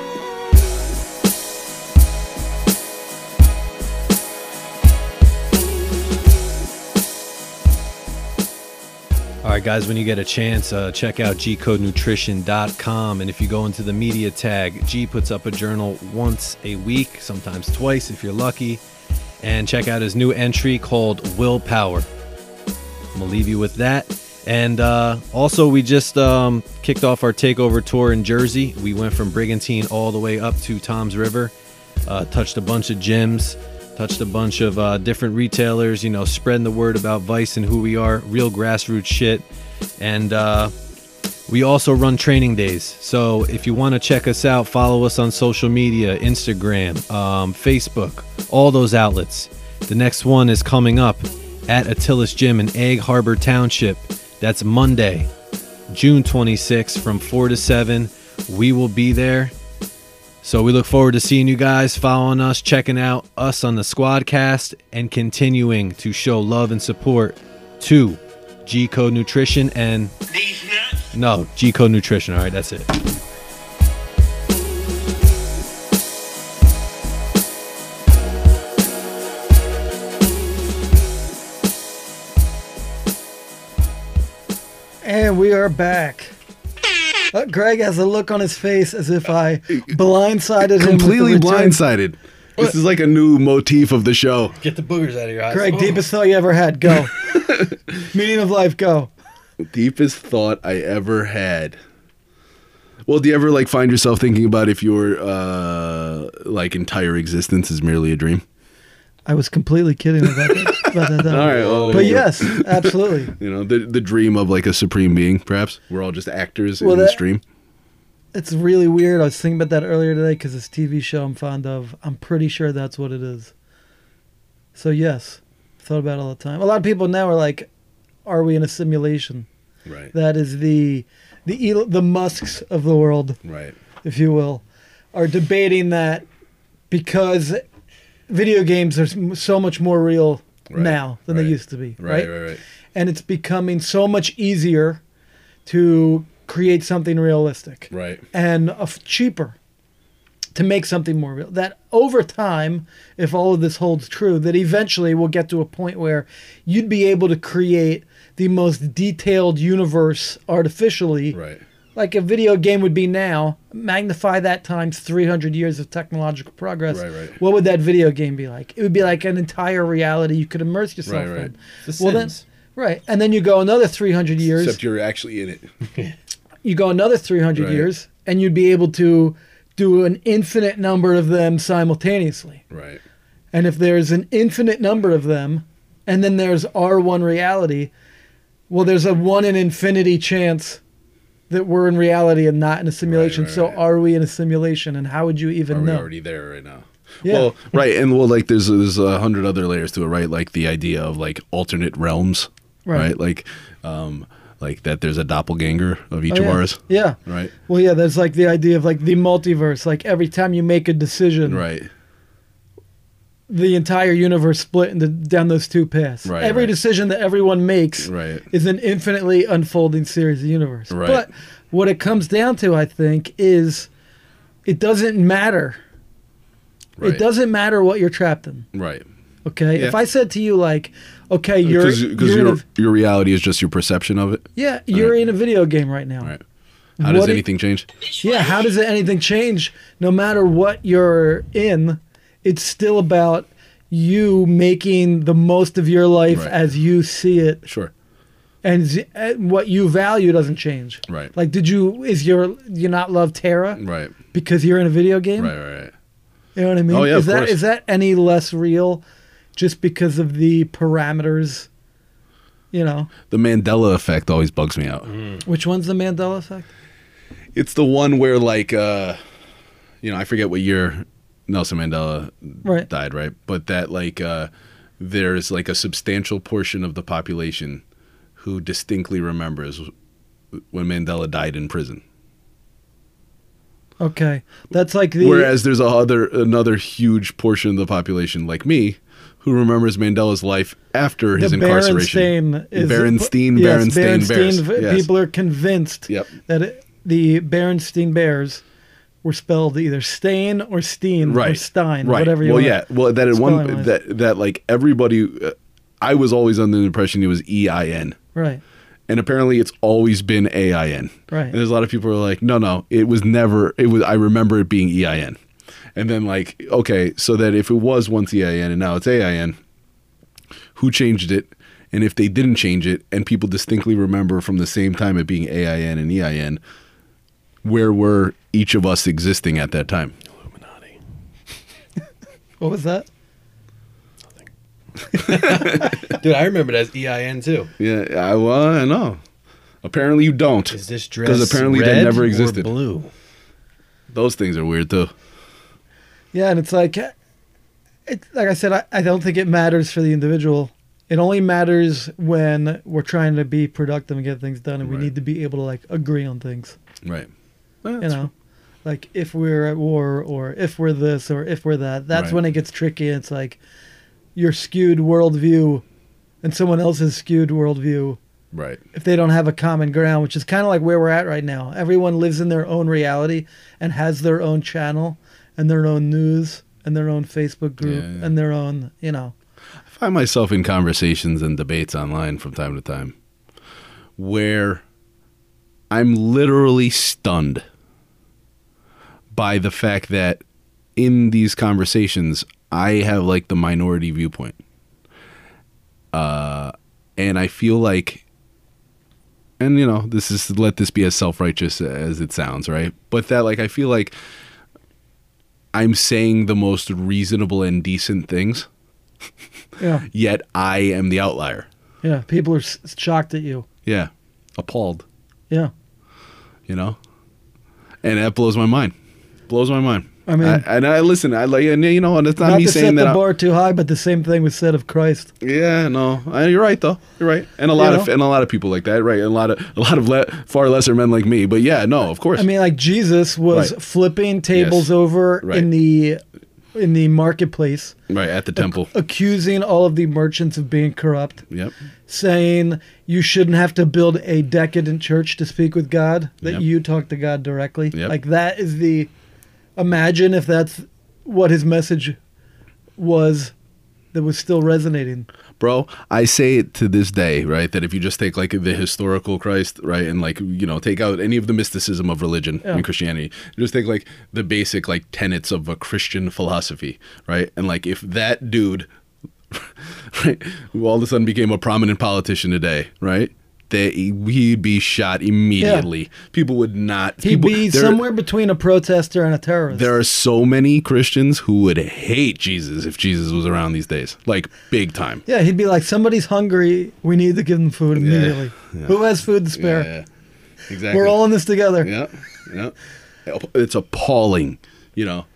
All right, guys, when you get a chance, uh, check out gcodenutrition.com. And if you go into the media tag, G puts up a journal once a week, sometimes twice if you're lucky. And check out his new entry called Willpower. I'm going to leave you with that. And uh, also, we just um, kicked off our takeover tour in Jersey. We went from Brigantine all the way up to Tom's River, uh, touched a bunch of gyms, touched a bunch of uh, different retailers, you know, spreading the word about Vice and who we are, real grassroots shit. And uh, we also run training days. So if you want to check us out, follow us on social media Instagram, um, Facebook, all those outlets. The next one is coming up at Attila's Gym in Egg Harbor Township. That's Monday, June 26th from 4 to 7. We will be there. So we look forward to seeing you guys, following us, checking out us on the Squadcast, and continuing to show love and support to G Code Nutrition and These nuts. no, G Code Nutrition. All right, that's it. And we are back. Uh, Greg has a look on his face as if I blindsided him. Completely with the return. blindsided. This is like a new motif of the show. Get the boogers out of your eyes. Oh. Greg, Oh. deepest thought you ever had. <laughs> Go. Meaning of life. Go. Deepest thought I ever had. Well, do you ever like find yourself thinking about if your uh like entire existence is merely a dream? I was completely kidding about that. About that <laughs> All right. Well, But yes, absolutely. you know the the dream of like a supreme being. Perhaps we're all just actors Well, in this that- dream. It's really weird. I was thinking about that earlier today because this TV show I'm fond of. I'm pretty sure that's what it is. So yes, thought about it all the time. A lot of people now are like, "Are we in a simulation?" Right. That is the the El- the Musks of the world. Right. if you will, are debating that because video games are s- so much more real Right, now than they right, used to be, right, Right. Right. Right. And it's becoming so much easier to create something realistic Right. and uh, f- cheaper. to make something more real. That over time, if all of this holds true, that eventually we'll get to a point where you'd be able to create the most detailed universe artificially. Right. Like a video game would be now, magnify that times 300 years of technological progress. Right, right. What would that video game be like? It would be like an entire reality you could immerse yourself Right, right. in. The then, Sims. right. And then you go another 300 years Except you're actually in it. you go another 300 Right. years and you'd be able to do an infinite number of them simultaneously. Right. And if there's an infinite number of them and then there's R1 reality, well, there's a one in infinity chance that we're in reality and not in a simulation. right, so right. are we in a simulation and how would you even Are we know? already there right now? Yeah. Well, right, and well, like there's there's a hundred other layers to it, right? Like the idea of like alternate realms, Right. right? Like, um, like that there's a doppelganger of each Oh, of yeah. ours, Yeah. right? Well, yeah, there's like the idea of like the multiverse. Like every time you make a decision, Right, the entire universe split into down those two paths. Right, Every right. decision that everyone makes Right. is an infinitely unfolding series of universe. Right. But what it comes down to, I think, is it doesn't matter. right, It doesn't matter what you're trapped in. right. Okay. Yeah. If I said to you, like, okay, you're, Because you're in a- your your reality is just your perception of it, yeah, you're in a video game right now. right? How does What i- anything change? Yeah, how does anything change? No matter what you're in, it's still about you making the most of your life Right. as you see it, Sure, and z- uh, what you value doesn't change. Right. Like, did you is your you not love Terra right, because you're in a video game? right, right, right. You know what I mean? Oh, yeah, is of that course. is that any less real just because of the parameters? You know, The Mandela effect always bugs me out. which one's the Mandela effect? It's the one where like, uh, you know, I forget what year Nelson Mandela Right. died, right? But that like uh, there's like a substantial portion of the population who distinctly remembers when Mandela died in prison. Okay, that's like the Whereas there's a other another huge portion of the population like me who remembers Mandela's life after his the incarceration. Berenstain is Berenstein, yes, Berenstain Bears. v- Yes. People are convinced Yep. that it, the Berenstain Bears were spelled either Stain or Steen or right. Stein, right. whatever you Well, want. yeah. Well, that at one spelling-wise. that that like everybody uh, I was always under the impression it was E I N. Right. and apparently it's always been AIN. Right. And there's a lot of people who are like, no, no, it was never. It was. I remember it being EIN, and then like, okay, so that if it was once EIN and now it's AIN, who changed it? And if they didn't change it, and people distinctly remember from the same time it being AIN and EIN, where were each of us existing at that time? Illuminati. What was that? Dude, I remember it as EIN too. Yeah, I, well, I know. Apparently, you don't. Is this dress Because apparently red they never or existed. blue? Those things are weird, though. Yeah, and it's like, it, like I said, I, I don't think it matters for the individual. It only matters when we're trying to be productive and get things done, and we Right. need to be able to like agree on things. Right. you know like if we're at war or if we're this or if we're that that's Right. when it gets tricky it's like your skewed worldview and someone else's skewed worldview Right. if they don't have a common ground which is kind of like where we're at right now everyone lives in their own reality and has their own channel and their own news and their own facebook group Yeah, yeah. and their own you know find myself in conversations and debates online from time to time where I'm literally stunned by the fact that in these conversations, I have like the minority viewpoint. Uh, and I feel like, and you know, this is let this be as self righteous as it sounds, right? But that, like, I feel like I'm saying the most reasonable and decent things yeah yet I am the outlier. yeah people are s- shocked at you Yeah. Appalled, yeah you know? And that blows my mind. Blows my mind. I mean- and I listen, I like, and you know, and it's not, not me to set saying the that. I- bar too high but the same thing was said of christ yeah, no, I, you're right though. You're right, and a lot You of know? and a lot of people like that, right? And a lot of a lot of le- far lesser men like me, but yeah, no, of course. I mean, like Jesus was Right. flipping tables Yes. over Right. in the in the marketplace, right at the temple. accusing all of the merchants of being corrupt, Yep. saying you shouldn't have to build a decadent church to speak with God; that Yep. you talk to God directly. Yep. Like that is the imagine if that's what his message was that was still resonating. bro i say it to this day right that if you just take like the historical christ right and like you know take out any of the mysticism of religion Yeah. and christianity just take like the basic like tenets of a christian philosophy right and like if that dude <laughs> right who all of a sudden became a prominent politician today right that he'd be shot immediately people would not He'd people, be there- somewhere between a protester and a terrorist. there are so many christians who would hate jesus if jesus was around these days like big time yeah, he'd be like, somebody's hungry. We need to give them food immediately. yeah. Who has food to spare? yeah. exactly We're all in this together. yeah, yeah. It's appalling, you know,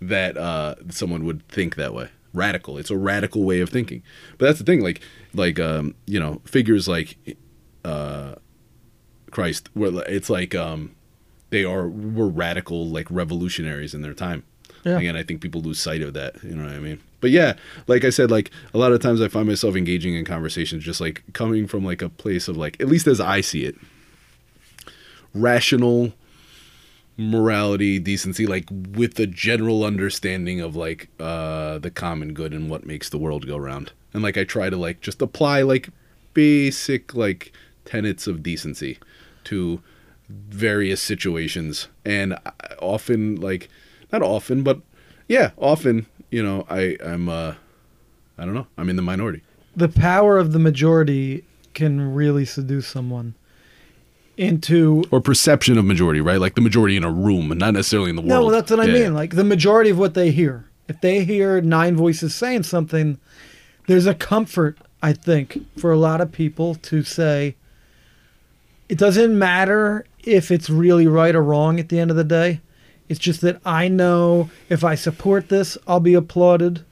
that uh, someone would think that way. Radical. It's a radical way of thinking. But that's the thing. Like, like um, you know, figures like uh, Christ. Where li- it's like um, they are were radical, like revolutionaries in their time. Yeah. Again, I think people lose sight of that. You know what I mean? But yeah, like I said, like a lot of times I find myself engaging in conversations, just like coming from like a place of like, at least as I see it, rational morality decency like with a general understanding of like uh the common good and what makes the world go round and like i try to like just apply like basic like tenets of decency to various situations and I- often like not often but yeah often you know i i'm uh i don't know i'm in the minority the power of the majority can really seduce someone into or perception of majority right like the majority in a room not necessarily in the world no well, that's what i Yeah, mean yeah. like the majority of what they hear if they hear nine voices saying something there's a comfort i think for a lot of people to say it doesn't matter if it's really right or wrong at the end of the day it's just that i know if i support this i'll be applauded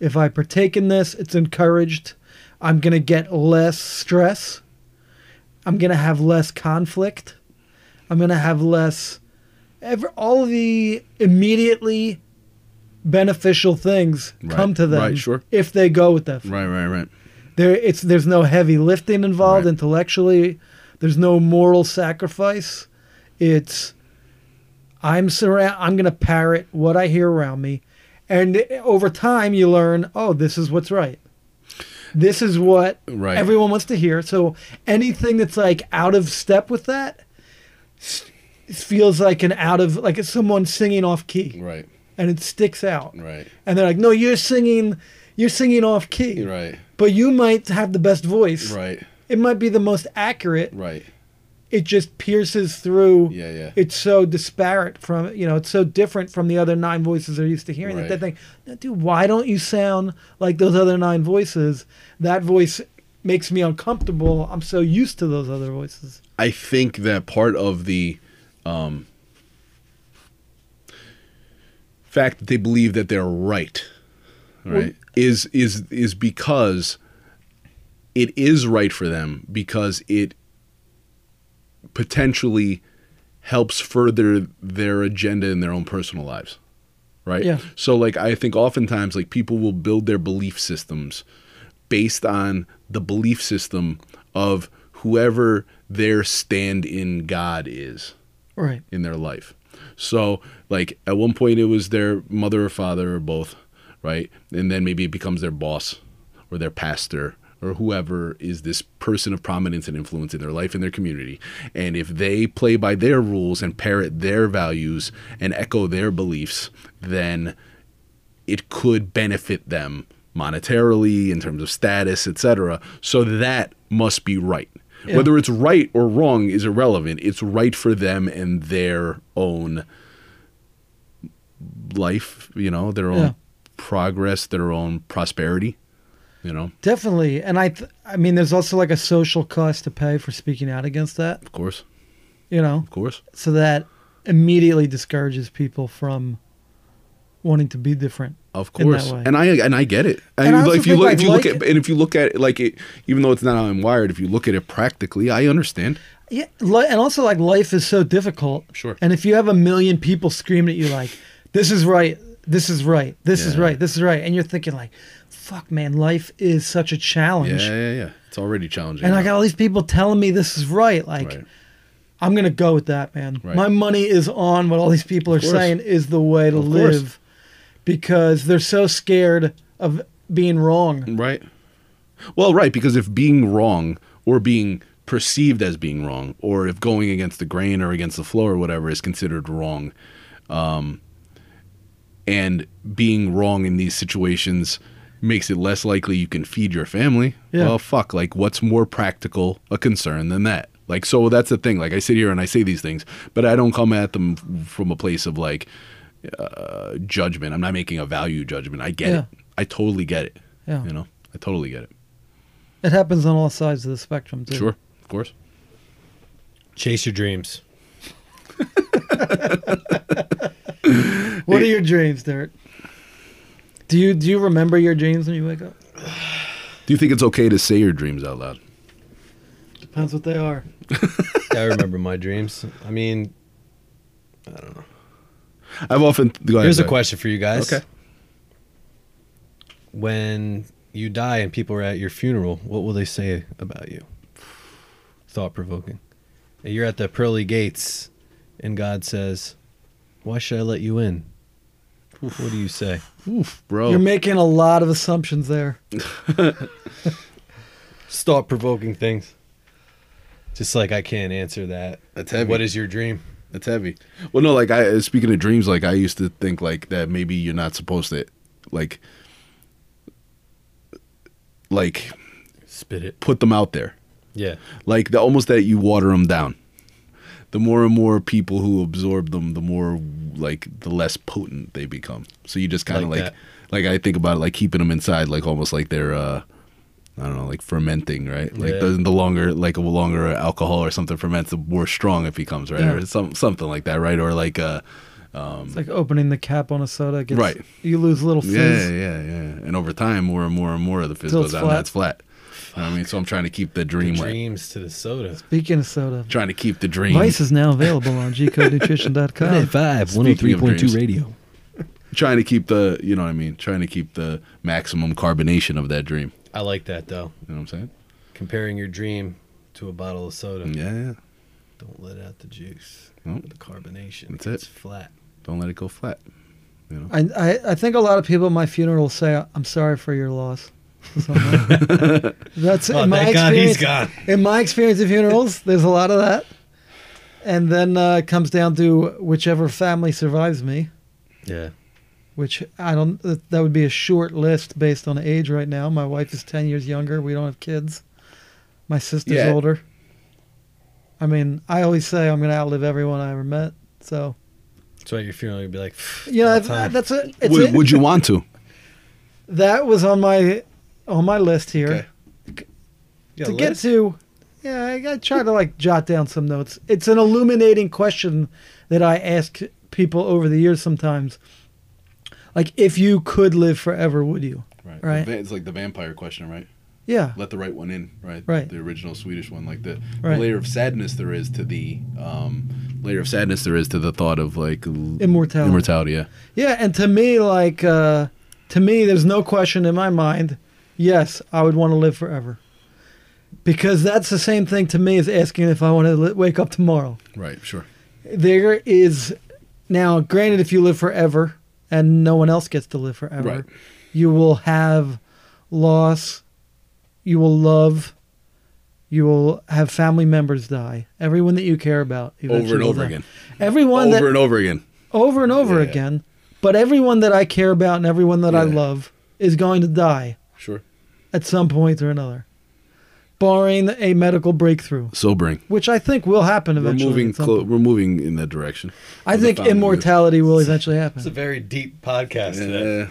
if i partake in this it's encouraged i'm going to get less stress i'm going to have less conflict i'm going to have less ever all the immediately beneficial things Right, come to them right, sure. if they go with that right right right there it's there's no heavy lifting involved Right. intellectually there's no moral sacrifice it's i'm surround i'm going to parrot what i hear around me and over time you learn oh this is what's right this is what Right. everyone wants to hear so anything that's like out of step with that s- feels like an out of like it's someone singing off key right and it sticks out right and they're like no you're singing you're singing off key right but you might have the best voice. Right, It might be the most accurate. right. It just pierces through. Yeah, yeah. It's so disparate from you know. It's so different from the other nine voices they're used to hearing. That Right. they think, "No, dude, why don't you sound like those other nine voices? That voice makes me uncomfortable. I'm so used to those other voices. I think that part of the um, fact that they believe that they're right, right, is is is because it is right for them because it potentially helps further their agenda in their own personal lives. Right? Yeah. So like I think oftentimes like people will build their belief systems based on the belief system of whoever their stand in God is Right. in their life. So, like at one point, it was their mother or father or both, right? And then maybe it becomes their boss or their pastor or whoever is this person of prominence and influence in their life and their community. And if they play by their rules and parrot their values and echo their beliefs, then it could benefit them monetarily in terms of status etc so that must be right Yeah. whether it's right or wrong is irrelevant it's right for them and their own life you know their own Yeah. progress their own prosperity you know Definitely. And I, th- I mean, there's also like a social cost to pay for speaking out against that. of course You know. of course So that immediately discourages people from wanting to be different. Of in that course, way. and I and I get it. I And I mean, also if you think, look, like, if you look like- at, and if you look at it, like it, even though it's not how I'm wired, if you look at it practically, I understand. Yeah, li- and also like life is so difficult. Sure. And if you have a million people screaming at you like, "This is right, this is right, this is Yeah. right, this is right," and you're thinking like, "Fuck, man, life is such a Yeah, challenge." yeah, yeah. It's already challenging. And I now. got all these people telling me this is right. Like, Right. I'm gonna go with that, man. Right. My money is on what all these people are course. saying is the way to Of course. live, because they're so scared of being wrong. Right. Well, right, because if being wrong or being perceived as being wrong, or if going against the grain or against the flow or whatever is considered wrong, um, and being wrong in these situations makes it less likely you can feed your family. Yeah. Well, fuck, like what's more practical a concern than that? Like, so that's the thing. Like, I sit here and I say these things, but I don't come at them f- from a place of like uh, judgment. I'm not making a value judgment. I get it. Yeah. I totally get it. Yeah. You know, I totally get it. It happens on all sides of the spectrum too. Sure, of course. Chase your dreams. What are your dreams, Dirt? Do you do you remember your dreams when you wake up? Do you think it's okay to say your dreams out loud? Depends what they are. I remember my dreams. I mean, I've often. Go ahead, Here's a Zach. question for you guys. Okay. When you die and people are at your funeral, what will they say about you? Thought provoking. You're at the pearly gates, and God says, "Why should I let you in?" What do you say? Oof, bro. You're making a lot of assumptions there. Thought provoking things. Just like I can't answer that. That's heavy. What is your dream? That's heavy. Well, no, like I uh, speaking of dreams, like I used to think like that maybe you're not supposed to, like, like Spit it. put them out there, Yeah. like the almost that you water them down. The more and more people who absorb them, the more like the less potent they become. So you just kind of Like like, like, I think about it, like keeping them inside, like almost like they're. uh I don't know, like fermenting, right? Like Yeah. the, the longer, like a longer alcohol or something ferments, the more strong it becomes, right? Yeah. Or some something like that, right? Or like, uh, It's like opening the cap on a soda. It Gets, Right. You lose a little fizz. yeah, yeah, yeah. And over time, more and more and more of the fizz Till it's goes out. flat. And that's flat. You know what I mean, so I'm trying to keep the dream, wet. Dreams to the soda. Speaking of soda, Trying to keep the dream. Vice is now available on <laughs> gcodenutrition.com. five, oh Speaking of 103.2 dreams. radio. Trying to keep the, you know what I mean. Trying to keep the maximum carbonation of that dream. I like that though. You know what I'm Comparing your dream to a bottle of soda. saying? Yeah, yeah. Don't let out the juice. Nope. The carbonation. That's It's it. flat. Don't let it go flat. You know. I, I I think a lot of people at my funeral will say I'm sorry for your loss. <laughs> Something like that. That's Oh, in my thank God he's experience. gone. In my experience of funerals, there's a lot of that, and then uh, it comes down to whichever family survives me, Yeah. which I don't. that- That would be a short list based on age right now. My wife is ten years younger. We don't have kids. My sister's Yeah. older. I mean, I always say I'm gonna outlive everyone I ever met. So So at your funeral, you'd be like, "Pfft, yeah, all I've- time." that's a, it's would, a- would you want to? That was on my on my list here. Okay. You got to a get list? to yeah I, I try to like jot down some notes it's an illuminating question that i ask people over the years sometimes like if you could live forever would you Right. It's like the vampire question, right? yeah Let the right one in, right? Right. The original Swedish one, like the, Right. the layer of sadness there is to the um, layer of sadness there is to the thought of like l- Immortality. Immortality, yeah. yeah and to me like uh to me there's no question in my mind yes i would want to live forever because that's the same thing to me as asking if i want to li- wake up tomorrow Right. Sure. there is now granted if you live forever and no one else gets to live forever Right. you will have loss you will love you will have family members die everyone that you care about Over eventually and will over die. again. everyone over that and over again. over and over Yeah. again but everyone that i care about and everyone that i Yeah. love is going to die Sure. at some point or another barring a medical breakthrough Sobering. which i think will happen We're eventually moving. at some Clo- point. we're moving in that direction. i think Profound. immortality will eventually It's a happen very deep podcast. today. Yeah.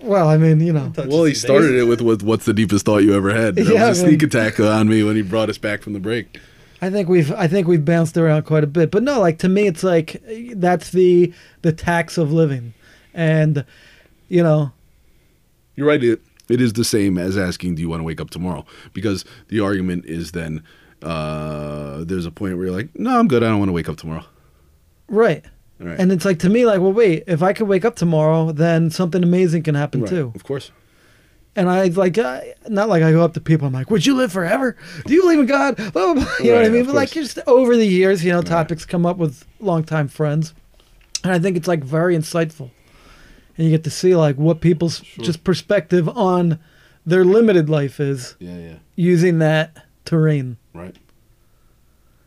well i mean you know Touches Well, he some started bases. it with, with "What's the deepest thought you ever had?" That Yeah, was a sneak man. attack on me when he brought us back from the break. I think we've I think we've bounced around quite a bit, but no, like to me, it's like eh, that's the the tax of living, and you know, You're right. It, it is the same as asking, "Do you want to wake up tomorrow?" Because the argument is then uh, there's a point where you're like, "No, I'm good. I don't want to wake up tomorrow." right? All right. And it's like to me, like, well, wait, if I could wake up tomorrow, then something amazing can happen Right. too. Of course. And I like, I, not like I go up to people. I'm like, "Would you live forever? Do you believe in God?" Blah, blah, <laughs> blah. You know what I Right, mean? of But like, course. just over the years, you know, topics come up with longtime friends, and I think it's like very insightful, and you get to see like what people's just perspective on their limited life is Yeah, yeah, using that terrain. right.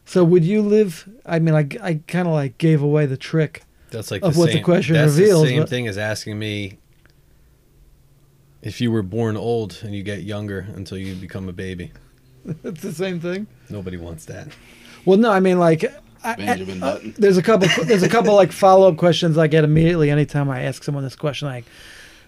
So would you live? I mean, I, I kind of like gave away the trick. <laughs> That's like of the what the same, question that's reveals, The same but- thing as asking me if you were born old and you get younger until you become a baby. It's the same thing. Nobody wants that. Well, no, I mean like I, Benjamin I- uh, Button. there's a couple there's a couple <laughs> like follow up questions I get immediately anytime I ask someone this question like,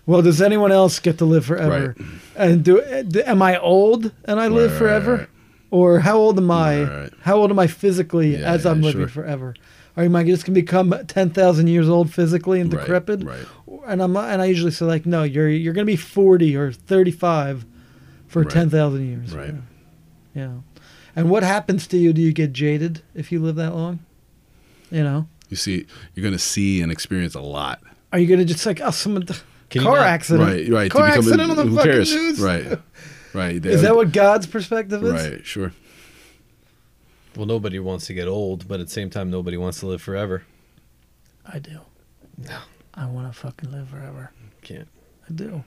well, does anyone else get to live forever? And do, uh, do- am I old and I live right, forever, right. or how old am I? Right, right. How old am I physically Yeah, as yeah, I'm living sure. forever? Or am I just gonna become ten thousand years old physically and Right, decrepit? right. And I'm and I usually say like, no, you're you're gonna be forty or thirty five for Right. ten thousand years. Right. Yeah. And what happens to you? Do you get jaded if you live that long? You know? You see, you're gonna see and experience a lot. Are you gonna just like oh someone Can you car not- accident? Right, right. Car become a- accident on the who fucking cares? news. Right, <laughs> right. Is that what God's perspective is? Right, sure. Well, nobody wants to get old, but at the same time, nobody wants to live forever. I do. I wanna fucking live forever. Can't. I do.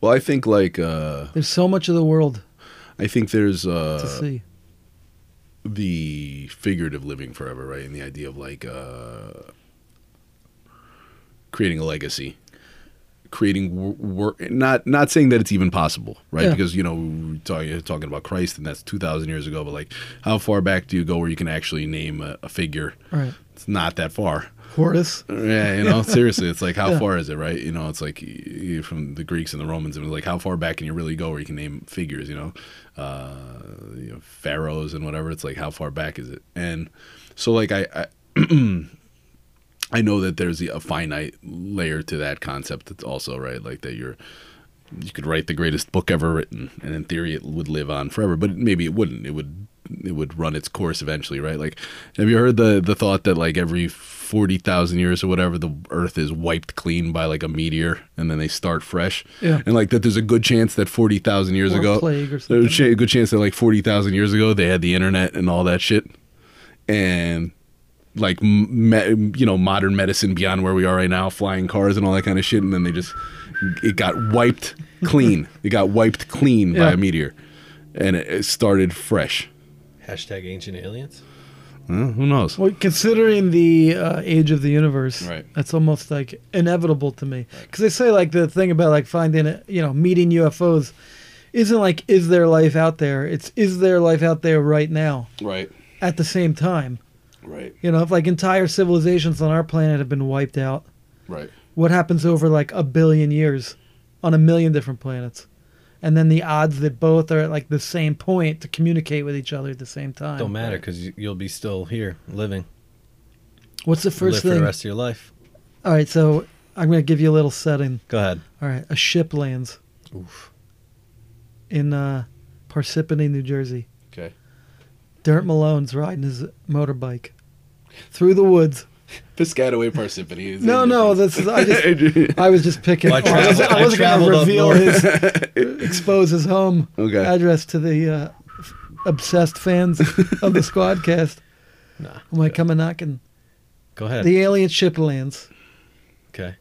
Well, I think like uh There's so much of the world I think there's to uh see. the figurative living forever, right? And the idea of like uh creating a legacy, creating wor- work. Not not saying that it's even possible, right? Yeah. Because you know we're talking talking about Christ, and that's two thousand years ago. But like, how far back do you go where you can actually name a, a figure? All right. It's not that far. Hortus. Yeah, you <laughs> know, seriously, it's like how Yeah. far is it, right? You know, it's like y- y- from the Greeks and the Romans, it was like how far back can you really go where you can name figures, you know, uh, you know, pharaohs and whatever. It's like how far back is it? And so, like I, <clears throat> I, I know that there's a finite layer to that concept. That's also right, like that you're. You could write the greatest book ever written, and in theory, it would live on forever. But maybe it wouldn't. It would it would run its course eventually, right? Like, have you heard the the thought that like every forty thousand years or whatever, the Earth is wiped clean by like a meteor, and then they start fresh. Yeah. And like that, there's a good chance that forty thousand years Or a ago, plague or there's a something. cha- good chance that like forty thousand years ago, they had the internet and all that shit, and like m- me, you know modern medicine beyond where we are right now flying cars and all that kind of shit and then they just it got wiped clean it got wiped clean by Yeah. a meteor and it, it started fresh Hashtag ancient aliens. Well, who knows Well, considering the uh, age of the universe, Right. that's almost like inevitable to me. Because they say like the thing about like finding it, you know, meeting UFOs, isn't like is there life out there? It's is there life out there right now? right At the same time, right you know, if like entire civilizations on our planet have been wiped out, right what happens over like a billion years on a million different planets? And then the odds that both are at like the same point to communicate with each other at the same time. Don't matter because you'll be still here living. What's the live first for thing? the rest of your life. All right, so I'm gonna give you a little setting. Go ahead. All right, a ship lands Oof. in uh, Parsippany, New Jersey. okay Dirt Malone's riding his motorbike through the woods. piscataway parsippany is No, no, this is I <laughs> <laughs> just I was just picking. Well, I I, was, traveled- I I wasn't going traveled to up reveal north. his expose his home <laughs> Okay. address to the uh, f- obsessed fans of the Squadcast. Nah. I'm like, come a knocking. Go ahead. The alien ship lands. okay.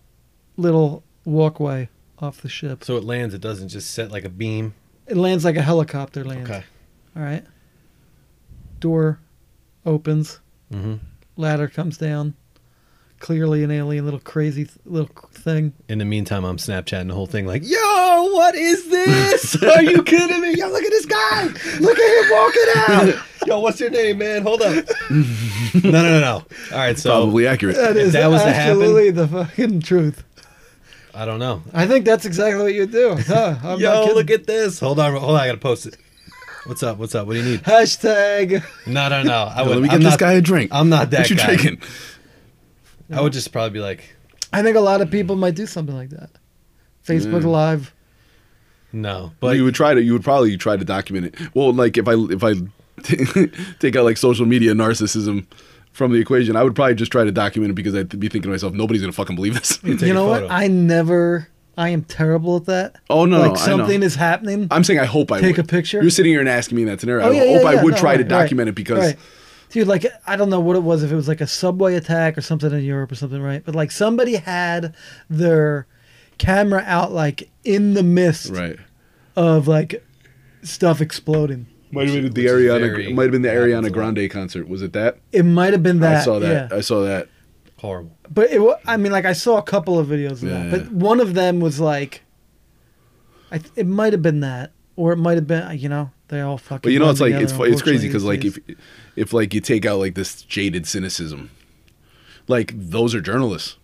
Little walkway off the ship. So it lands. It doesn't just set like a beam. It lands like a helicopter lands. Okay. All right. Door opens. Mm-hmm. Ladder comes down. Clearly an alien little crazy th- little c- thing. In the meantime, I'm Snapchatting the whole thing like, yo, what is this? <laughs> Are you kidding me? Yo, look at this guy. <laughs> Look at him walking out. <laughs> Yo, what's your name, man? <laughs> Hold up. no, no, no, no. All right, so probably accurate That If is that was to happen- absolutely the fucking truth. I don't know. I think that's exactly what you do. <laughs> Huh? I'm not yo, kidding. look at this. Hold on, hold on. I gotta post it. What's up? What's up? What do you need? Hashtag. No, no, no. <laughs> I Yo, would, let me get I'm this not- guy a drink I'm not that what you guy. drinking I would just probably be like, I think a lot of people might do something like that. Facebook Mm. Yeah. Live. no. Well, But you would try to you would probably try to document it. Well, like if I if I <laughs> take out like social media narcissism from the equation, I would probably just try to document it because I'd be thinking to myself, nobody's gonna fucking believe this. Take you a know what? photo. I never I am terrible at that. Oh, no, Like no, I know. something is happening. <laughs> I'm saying I hope I Take would. a picture? You're sitting here and asking me in that scenario. Oh, I yeah, hope yeah, I yeah. would No, try to right, document it because right. dude, like I don't know what it was if it was like a subway attack or something in Europe or something, right? But like somebody had their camera out like in the mist right. of like stuff exploding. Might have been Which the is Ariana. very- Might have been the happens a Ariana lot. Grande concert. Was it that? It might have been that. I saw that. Yeah. I saw that. Horrible. But it, wa- I mean, like I saw a couple of videos of that, Yeah. but one of them was like, I th- it might have been that, or it might have been you know they all fucking. But you know, run it's like together, it's fu- it's crazy because unfortunately, like these if if like you take out like this jaded cynicism, like those are journalists days.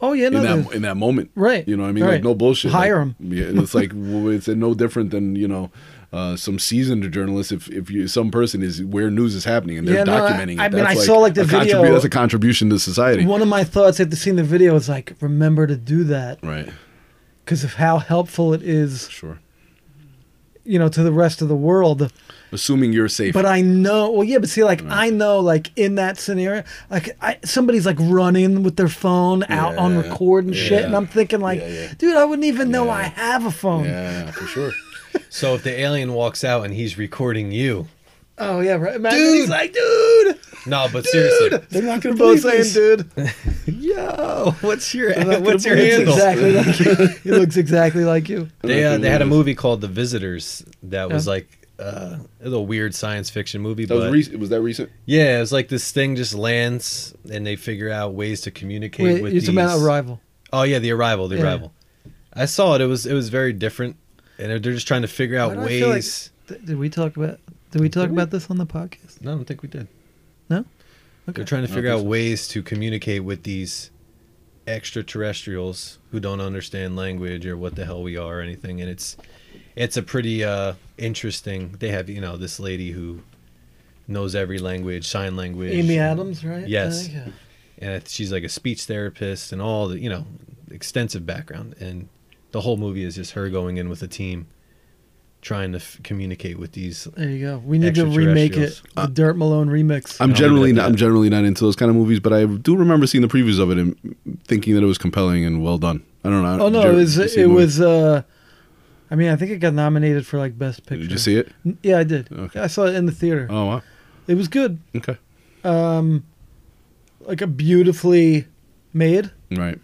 oh yeah, no, in that there's- in that moment, Right, You know what I mean? right. Like no bullshit. Hire 'em. like, Yeah, it's like <laughs> w- it's no different than you know. Uh, some seasoned journalist, if if you some person is where news is happening and they're Yeah, no, I- documenting it, I mean, that's I saw, like, the a contribu- video- that's a contribution to society, one of my thoughts after seeing the video is like, remember to do that right? because of how helpful it is, Sure. you know, to the rest of the world. Assuming you're safe, But um, I know, well, yeah, but see, like I know, like in that scenario, like I, somebody's like running with their phone out on Yeah, record and shit, and yeah, I'm thinking like, yeah, yeah. dude, I wouldn't even know I Yeah. have a phone. yeah, for sure. So if the alien walks out and he's recording you, Oh yeah, right. Imagine Dude. he's like, dude, no, but seriously, They're <laughs> not gonna We're both both saying, saying, dude. yo, what's your <laughs> what's your He looks handle? exactly like you. He looks exactly like you. They not uh, gonna <laughs> they had a believe movie called The Visitors that was Yeah. like uh, it was a weird science fiction movie, That was but recent. Was that recent? yeah, it was like this thing just lands and they figure out ways to communicate Wait, with you're talking about these- arrival. Oh yeah, the arrival, the Yeah. arrival. I saw it. It was it was very different, and they're they're just trying to figure out Why do I feel like- ways. Th- Did we talk about? Did we talk about this on the podcast? No, I don't think we did. No? Okay. They're trying to don't figure think out so. ways to communicate with these extraterrestrials who don't understand language or what the hell we are or anything. And it's it's a pretty uh, interesting. They have you know this lady who knows every language, sign language. Amy Adams, right? Yes. I think, yeah. and it- she's like a speech therapist and all the you know extensive background and the whole movie is just her going in with a team trying to f- communicate with these There you go. We need to remake it. The Extraterrestrials. Dirt Malone remix. Uh, I'm I'll leave it generally at not, I'm that. generally not into those kind of movies, but I do remember seeing the previews of it and thinking that it was compelling and well done. I don't know. oh no, Did it you- was did you see it the movie? was. uh I mean, I think it got nominated for like best picture. Did you see it? N- Yeah, I did. Okay. I saw it in the theater. Oh wow. It was good. Okay. Um, like a beautifully made Right.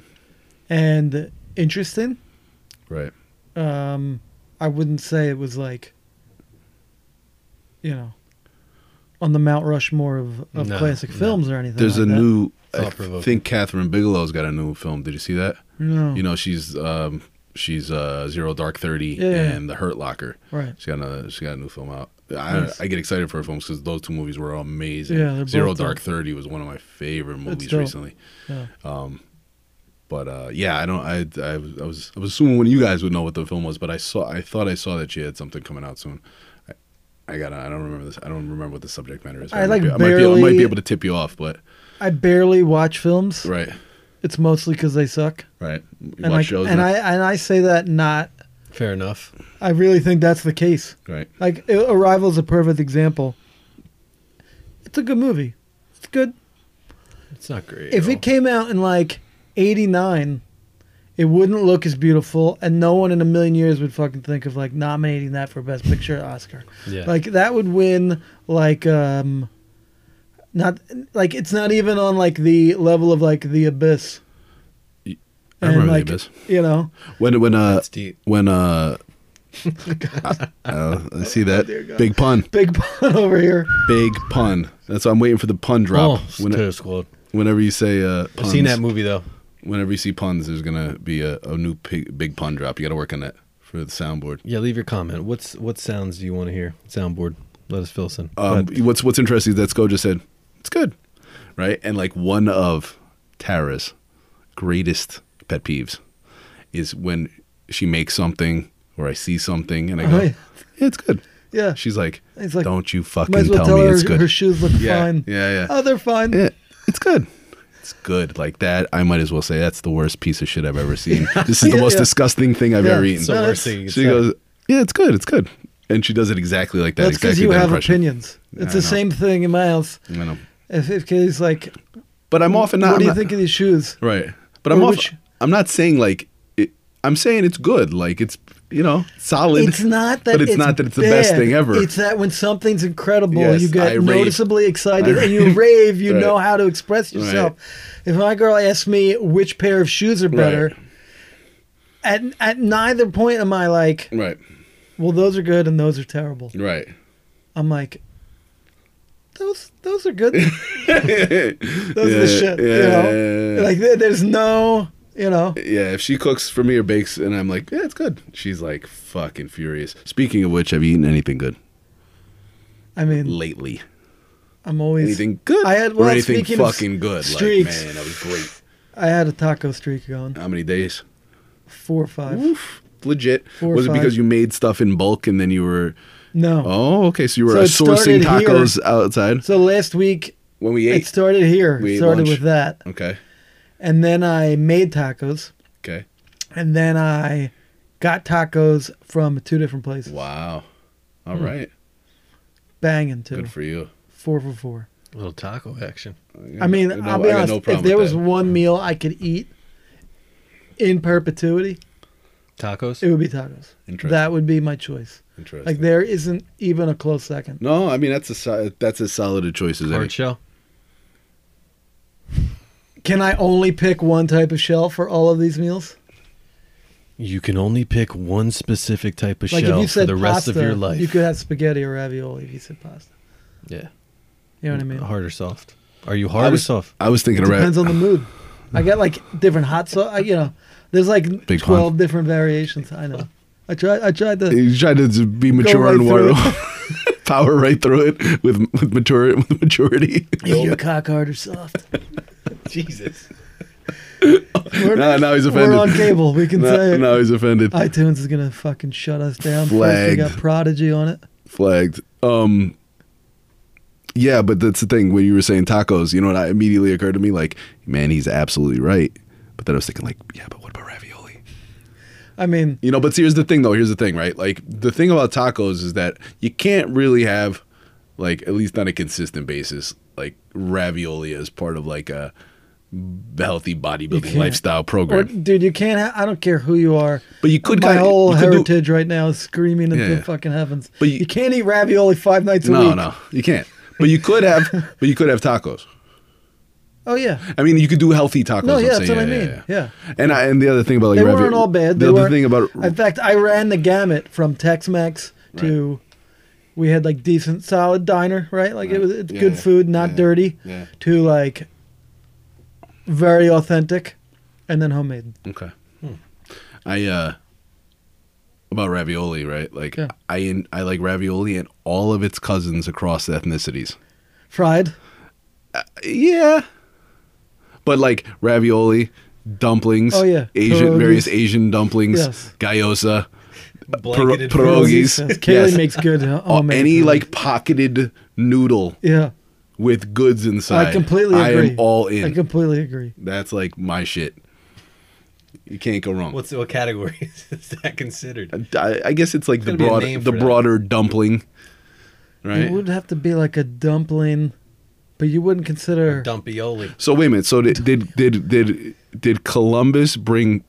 and interesting. Right. um i wouldn't say it was like you know on the mount rushmore of, of No, classic no. films or anything There's like a that. new. I Thought-provoking. think Catherine Bigelow's got a new film. Did you see that? no You know she's um she's uh Zero Dark Thirty Yeah, yeah, yeah. and The Hurt Locker. right She got another. She got a new film out. I, Nice. I get excited for her films because those two movies were amazing. Yeah, they're Zero both dope. Dark Thirty was one of my favorite movies dope. recently. yeah. But uh, yeah, I don't. I, I was- I was I was assuming one of you guys would know what the film was, but I saw I thought I saw that she had something coming out soon. I, I got I don't remember this. I don't remember what the subject matter is. I, might like, be, might be, I might barely- be able to tip you off, but i barely watch films right, it's mostly because they suck right. You and, like, and i and i say that not fair enough i really think that's the case right. like I- arrival's a perfect example it's a good movie it's good it's not great if at it came out in like 89 it wouldn't look as beautiful and no one in a million years would fucking think of like nominating that for best picture oscar all. yeah like that would win like um not like it's not even on like the level of like the abyss I remember like, the abyss. you know When when uh that's deep when <laughs> uh. uh, I see Oh, that big pun, big pun over here big pun. That's why I'm waiting for the pun drop. oh, When- Terror Squad. whenever you say uh, i've puns, seen that movie though whenever you see puns, there's gonna be a, a new pig, big pun drop. You got to work on that for the soundboard. yeah leave your comment what's what sounds do you want to hear soundboard let us fill us in Um, But what's what's interesting is that Sko just said it's good, right? And like one of Tara's greatest pet peeves is when she makes something or I see something and I go, Oh, yeah. "Yeah, it's good. yeah She's like, It's like, don't you fucking might as well tell, tell me her it's good. her shoes look yeah, fine yeah, yeah, oh they're fine yeah. It's good. It's good. Like that, I might as well say that's the worst piece of shit I've <laughs> ever seen. this is the Yeah, most yeah. disgusting thing I've Yeah, ever eaten. so no, we're that's- seeing she goes, yeah, it's good. It's good. And she does it exactly like that. that's because exactly you that have impression. opinions it's the I know. same thing in my house I know. if if Katie's like But I'm often not. what do I'm you not- think of these shoes Right. But I'm Or off, which- I'm not saying like it, I'm saying it's good. Like it's you know solid. It's not that but it's, not that it's the best bad. thing ever. It's that when something's incredible, Yes, you get I rave. noticeably excited I and you rave. rave. You <laughs> Right. know how to express yourself. If my girl asks me which pair of shoes are better, Right. at at neither point am I like, right, well, those are good and those are terrible. right. <laughs> I'm like, those those are <laughs> good. those are the Yeah, shit. you yeah, know, yeah, yeah. like there- there's no, you know. Yeah, if she cooks for me or bakes, and I'm like, yeah, it's good. She's like fucking furious. Speaking of which, have you eaten anything good I mean, lately? I'm always Anything good? I had or well, anything speaking of fucking good? streaks. Like man, that was great. I had a taco streak going, How many days? four or five. Oof, legit. Four or was it five. because you made stuff in bulk and then you were? No. Oh, okay. So you were So it sourcing started here. tacos outside So last week when we it ate. started here. We ate started lunch. with that, okay. and then I made tacos, Okay. and then I got tacos from two different places. Wow. Hmm. All right. Banging too. Good for you. four for four. little taco action. I mean, No, I'll be I got honest. no problem if there with was that. one meal I could eat in perpetuity, Tacos. it would be tacos. Interesting. That would be my choice. Interesting. Like there isn't even a close second. no, I mean that's a so- that's as solid a choice as any. Hard shell. Can I only pick one type of shell for all of these meals? You can only pick one specific type of Like if shell you for said the rest pasta, of your life. you could have spaghetti or ravioli if you said pasta. yeah. You know what I mean? Hard or soft? Are you I hard or was, soft? I was thinking around. Depends on the mood. I got like different hot sauce. You know, there's like Big twelve pun. different variations. I know. I tried. I tried to. You tried to just be mature right and through water, <laughs> power right through it with with mature <laughs> with maturity. Is your cock hard or soft? <laughs> Jesus. We're, <laughs> No, now he's offended. We're on cable. We can say No, it. now he's offended. iTunes is gonna fucking shut us down. First we Flagged. got Prodigy on it. Flagged. Um. Yeah, but that's the thing when you were saying tacos. You know what? I immediately occurred to me like, man, he's absolutely right. But then I was thinking like, yeah, but what about ravioli? I mean, You know, but see, here's the thing, though. Here's the thing, right? Like, the thing about tacos is that you can't really have, like, at least on a consistent basis, like ravioli as part of like a healthy bodybuilding can't. lifestyle Oh, or, program. dude, you can't. Ha- I don't care who you are. But you could My kinda- whole you could do- heritage right now is screaming into Yeah, yeah. fucking heavens. But you, you- can't eat ravioli five nights a no, week. no, you can't. But you could have, <laughs> but you could have tacos. Oh yeah. I mean, you could do healthy tacos. No, I'm yeah, that's saying. what I mean. And I, and the other thing about like They ravioli- weren't all bad. They the were other thing about In fact, I ran the gamut from Tex-Mex to. We had like decent, solid diner, right? Like it was it's Yeah, good yeah. food, not Yeah, dirty. yeah. To like very authentic, and then homemade. Okay. Hmm. I uh about ravioli, right? Like Yeah. I in, I like ravioli and all of its cousins across ethnicities. Fried. Yeah. But like ravioli, dumplings, Oh, yeah. Asian Pierogies. various Asian dumplings, Yes. gyoza, Blanketed pro- food. Pierogies, Yes. Kaylee yes. makes good. uh, or homemade any food. like pocketed noodle Yeah, with goods inside. I completely I agree. am all I in. completely agree. That's like my shit. You can't go wrong. <laughs> What's what category <laughs> is that considered? I, I guess it's like the gotta be a broad, name the for that. broader dumpling, It right? would have to be like a dumpling, but you wouldn't consider. Dumpioli. So wait a minute. So did did did did, did Columbus bring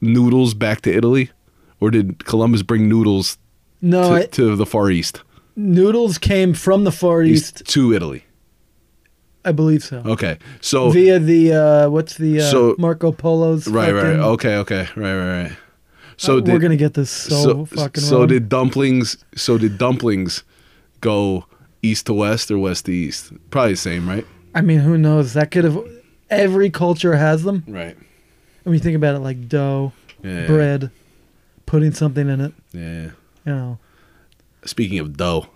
noodles back to Italy, or did Columbus bring noodles no, to, I- to the Far East, noodles came from the Far East. East to Italy? I believe so. Okay, so Via the uh, what's the uh, Oh. So- Marco Polo's? right, right, right. fucking- Okay, okay, right, right, right. So Uh, did, we're gonna get this so, fucking so wrong. did dumplings. So did dumplings go east to west or west to east? Probably the same, right? I mean, who knows? That could have. Every culture has them. Right. When you think about it, like dough, Yeah. bread, putting something in it. Yeah. You know, speaking of dough.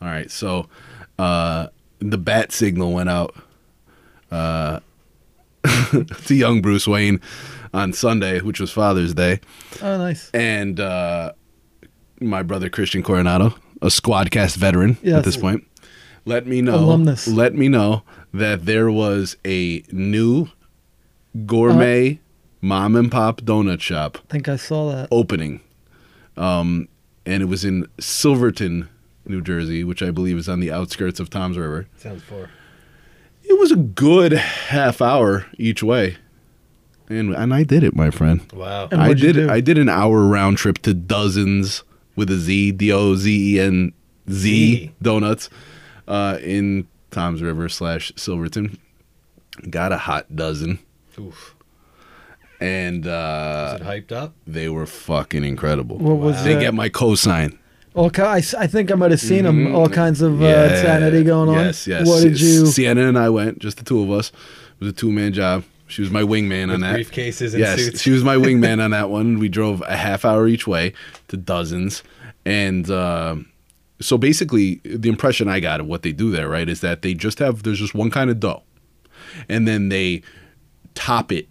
All right, so uh, the bat signal went out uh, <laughs> to young Bruce Wayne on Sunday, which was Father's Day, oh nice. and uh, my brother Christian Coronado, a Squadcast veteran Yes. at this point, let me know. Alumnus. Let me know that there was a new gourmet Uh-huh. mom and pop donut shop I think I saw that. opening. Um, and it was in Silverton, New Jersey, which I believe is on the outskirts of Tom's River. Sounds four. It was a good half hour each way. and and I did it, my friend. Wow. And I what'd you did do? I did an hour round trip to dozens with a Z D O Z E N Z Z. donuts uh, in Tom's River slash Silverton. Got a hot dozen, Oof. and uh, Is it hyped up? they were fucking incredible. What was they that? get my cosign. All ki- I, s- I think I might have seen them. All kinds of uh, Mm-hmm. Yeah. insanity going on. Yes, yes. What did S- you? Sienna and I went, just the two of us. It was a two man job. She was my wingman on With that. briefcases and yes, suits. she was <laughs> my wingman on that one. We drove a half hour each way to dozens, and um so basically, the impression I got of what they do there, right, is that they just have there's just one kind of dough, and then they top it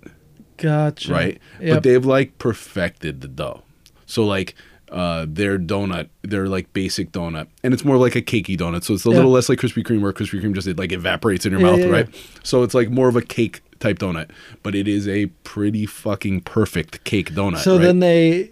Gotcha. right? But Yep. they've like perfected the dough. So like uh, their donut, their like basic donut, and it's more like a cakey donut. So it's a Yeah. little less like Krispy Kreme, where Krispy Kreme just it like evaporates in your Yeah, mouth, yeah, yeah. right? So it's like more of a cake type donut, but it is a pretty fucking perfect cake donut. So then they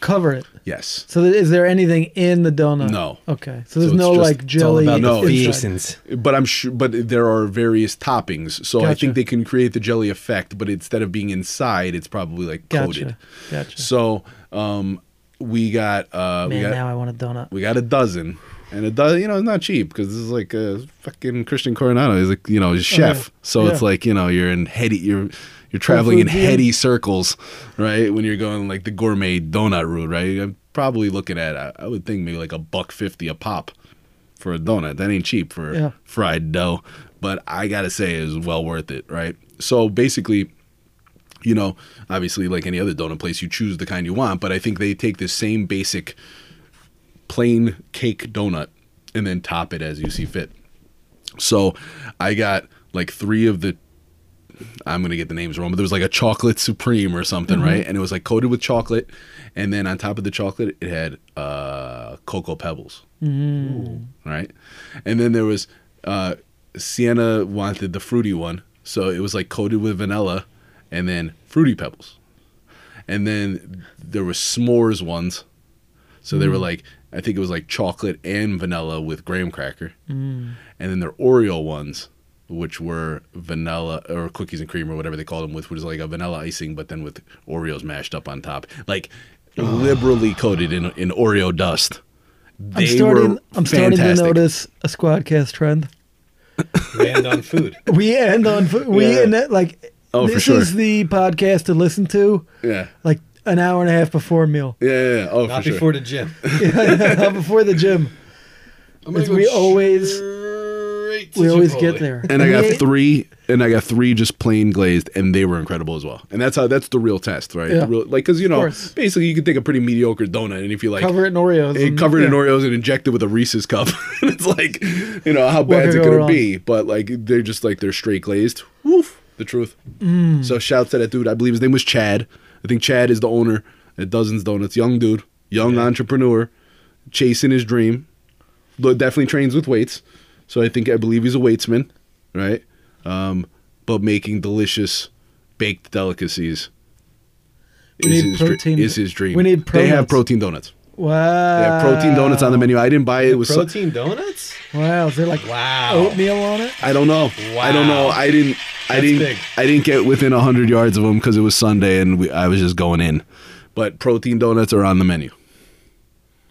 cover it. yes, So th- is there anything in the donut? No. Okay. So there's it's no just- like jelly. it's all about No, the it's- inside. feasins. but I'm sure, but there are various toppings, so I Gotcha. think they can create the jelly effect. But instead of being inside, it's probably like coated. Gotcha. Gotcha. So um, we got uh, we Man, got now I want a donut. We got a dozen, and a dozen, you know, it's not cheap because this is like a fucking Christian Coronado. He's like, you know, he's a chef, so it's Oh, Yeah. like you know, you're in heady, you're you're traveling in food, yeah. heady circles, right? When you're going like the gourmet donut route, right? I'm probably looking at, I, I would think maybe like a buck fifty a pop for a donut. That ain't cheap for Yeah. fried dough, but I gotta say, it was well worth it, right? So basically you know, obviously, like any other donut place, you choose the kind you want. But I think they take this same basic plain cake donut and then top it as you see fit. So I got like three of the. I'm gonna get the names wrong, but there was like a chocolate supreme or something, right? And it was like coated with chocolate, and then on top of the chocolate, it had uh, cocoa pebbles, right? And then there was uh, Sienna wanted the fruity one, so it was like coated with vanilla, and then fruity pebbles, and then there was s'mores ones, so Mm. they were like I think it was like chocolate and vanilla with graham cracker, Mm. and then their Oreo ones, which were vanilla or cookies and cream or whatever they called them with, which was like a vanilla icing, but then with Oreos mashed up on top, like liberally coated in in Oreo dust. They I'm starting. were I'm starting to fantastic. notice a squadcast trend. <laughs> Land on <laughs> food. We end on f- we Yeah. end it like Oh, for this sure. is the podcast to listen to Yeah. like an hour and a half before a meal, <laughs> Yeah, yeah, yeah. Oh, Not for before sure. the <laughs> gym. Not before the gym. It's- we always we always get there. And I we- got three, and I got three just plain glazed, and they were incredible as well. And that's how that's the real test, right? Yeah. The real, like, because you know, course. basically, you can take a pretty mediocre donut, and if you like cover it in Oreos. it and- covered in yeah. Oreos and injected with a Reese's cup. <laughs> and it's like, you know, how bad is could it go gonna wrong? be? But like, they're just like they're straight glazed. Woof, the truth. Mm. So shout to that dude. I believe his name was Chad. I think Chad is the owner at Dozens Donuts. Young dude, young entrepreneur, chasing his dream. Lo- Definitely trains with weights. So I think I believe he's a weightsman, right? Um, but making delicious baked delicacies. We is need his dr- protein- is his dream. we need They have donuts. protein donuts. Wow. They have protein donuts on the menu. I didn't buy it. It was so- Protein donuts? Wow. Is there like Wow. oatmeal on it? I don't know. I don't know. Wow. I didn't. I That's didn't. big. I didn't get within hundred yards of them because it was Sunday and we, I was just going in. But protein donuts are on the menu,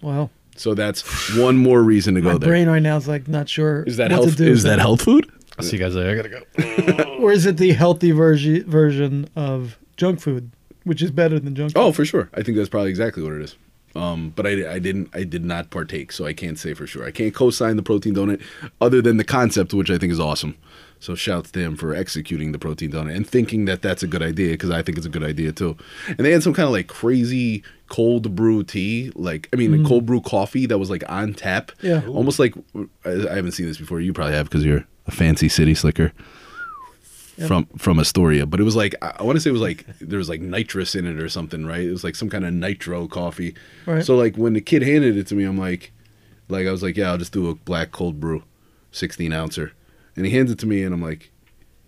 Wow. so that's one more reason to go My Oh, there. brain right now is like not sure. is that what health? To do Is that health food? I'll see you guys later. I gotta go. Or is it the healthy version version of junk food, which is better than junk? Oh, for sure. I think that's probably exactly what it is. Um, but I, I didn't. I did not partake, so I can't say for sure. I can't co-sign the protein donut, other than the concept, which I think is awesome. So shouts to him for executing the protein donut and thinking that that's a good idea because I think it's a good idea too. And they had some kind of like crazy cold brew tea, like I mean, cold brew coffee that was like on tap. Yeah. almost like I, I haven't seen this before. You probably have because you're a fancy city slicker from from Astoria, but it was like I, I want to say it was like there was like nitrous in it or something, right? It was like some kind of nitro coffee. Right. So like when the kid handed it to me, I'm like, like I was like, yeah, I'll just do a black cold brew, sixteen ouncer, and he hands it to me, and I'm like.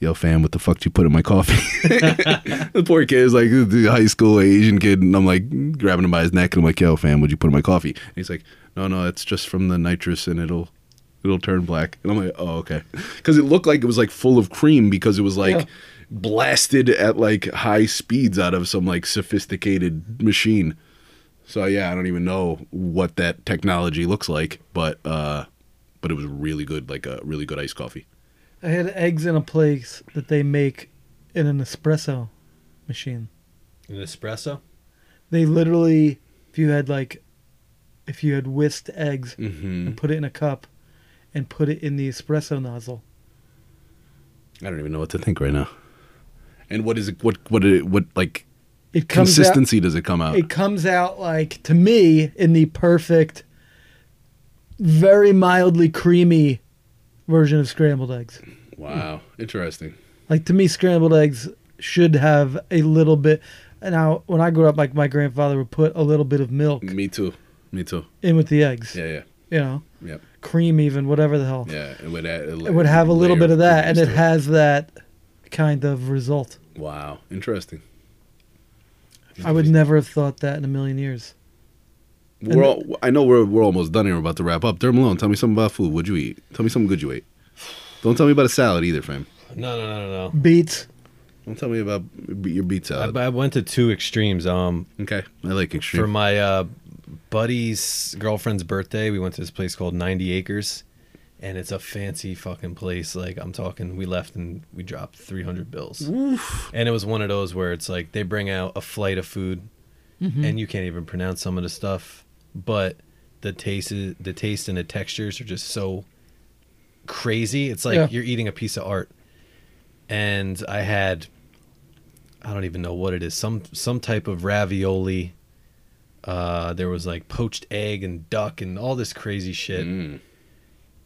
Yo, fam, what the fuck did you put in my coffee? <laughs> the poor kid is like the high school Asian kid, and I'm like grabbing him by his neck, and I'm like, "Yo, fam, what'd you put in my coffee?" And he's like, "No, no, it's just from the nitrous, and it'll It'll turn black." And I'm like, "Oh, okay," because it looked like it was like full of cream because it was like Yeah. blasted at like high speeds out of some like sophisticated machine. So yeah, I don't even know what that technology looks like, but uh, but it was really good, like a really good iced coffee. I had eggs in a place that they make in an espresso machine. An espresso? They literally, if you had like, if you had whisked eggs Mm-hmm. and put it in a cup, and put it in the espresso nozzle, I don't even know what to think right now. And what is it? What what it, what like it comes out. consistency does it come out? It comes out like to me in the perfect, very mildly creamy version of scrambled eggs. wow, interesting. Like to me, scrambled eggs should have a little bit. And now, when I grew up, like my grandfather would put a little bit of milk Me too. Me too. in with the eggs. Mm. Yeah, yeah, You know, yeah, cream even, whatever the hell. yeah. It would add, It would have a little bit of that, and it has that kind of result. Wow, interesting. I would never have thought that in a million years. We're all, I know we're we're almost done here. We're about to wrap up. Derm Malone, tell me something about food. What'd you eat? Tell me something good you ate. Don't tell me about a salad either, fam. No, no, no, no, no. Beets. Don't tell me about b- your beet salad. Uh, I, I went to two extremes. Um, okay, I like extreme. For my uh, buddy's girlfriend's birthday, we went to this place called 90 Acres, and it's a fancy fucking place. Like, I'm talking, we left and we dropped 300 bills. And it was one of those where it's like they bring out a flight of food, and you can't even pronounce some of the stuff, but the taste, is, the taste and the textures are just so crazy. It's like Yeah. you're eating a piece of art. And I had, I don't even know what it is, some some type of ravioli. Uh, there was like poached egg and duck and all this crazy shit. Mm.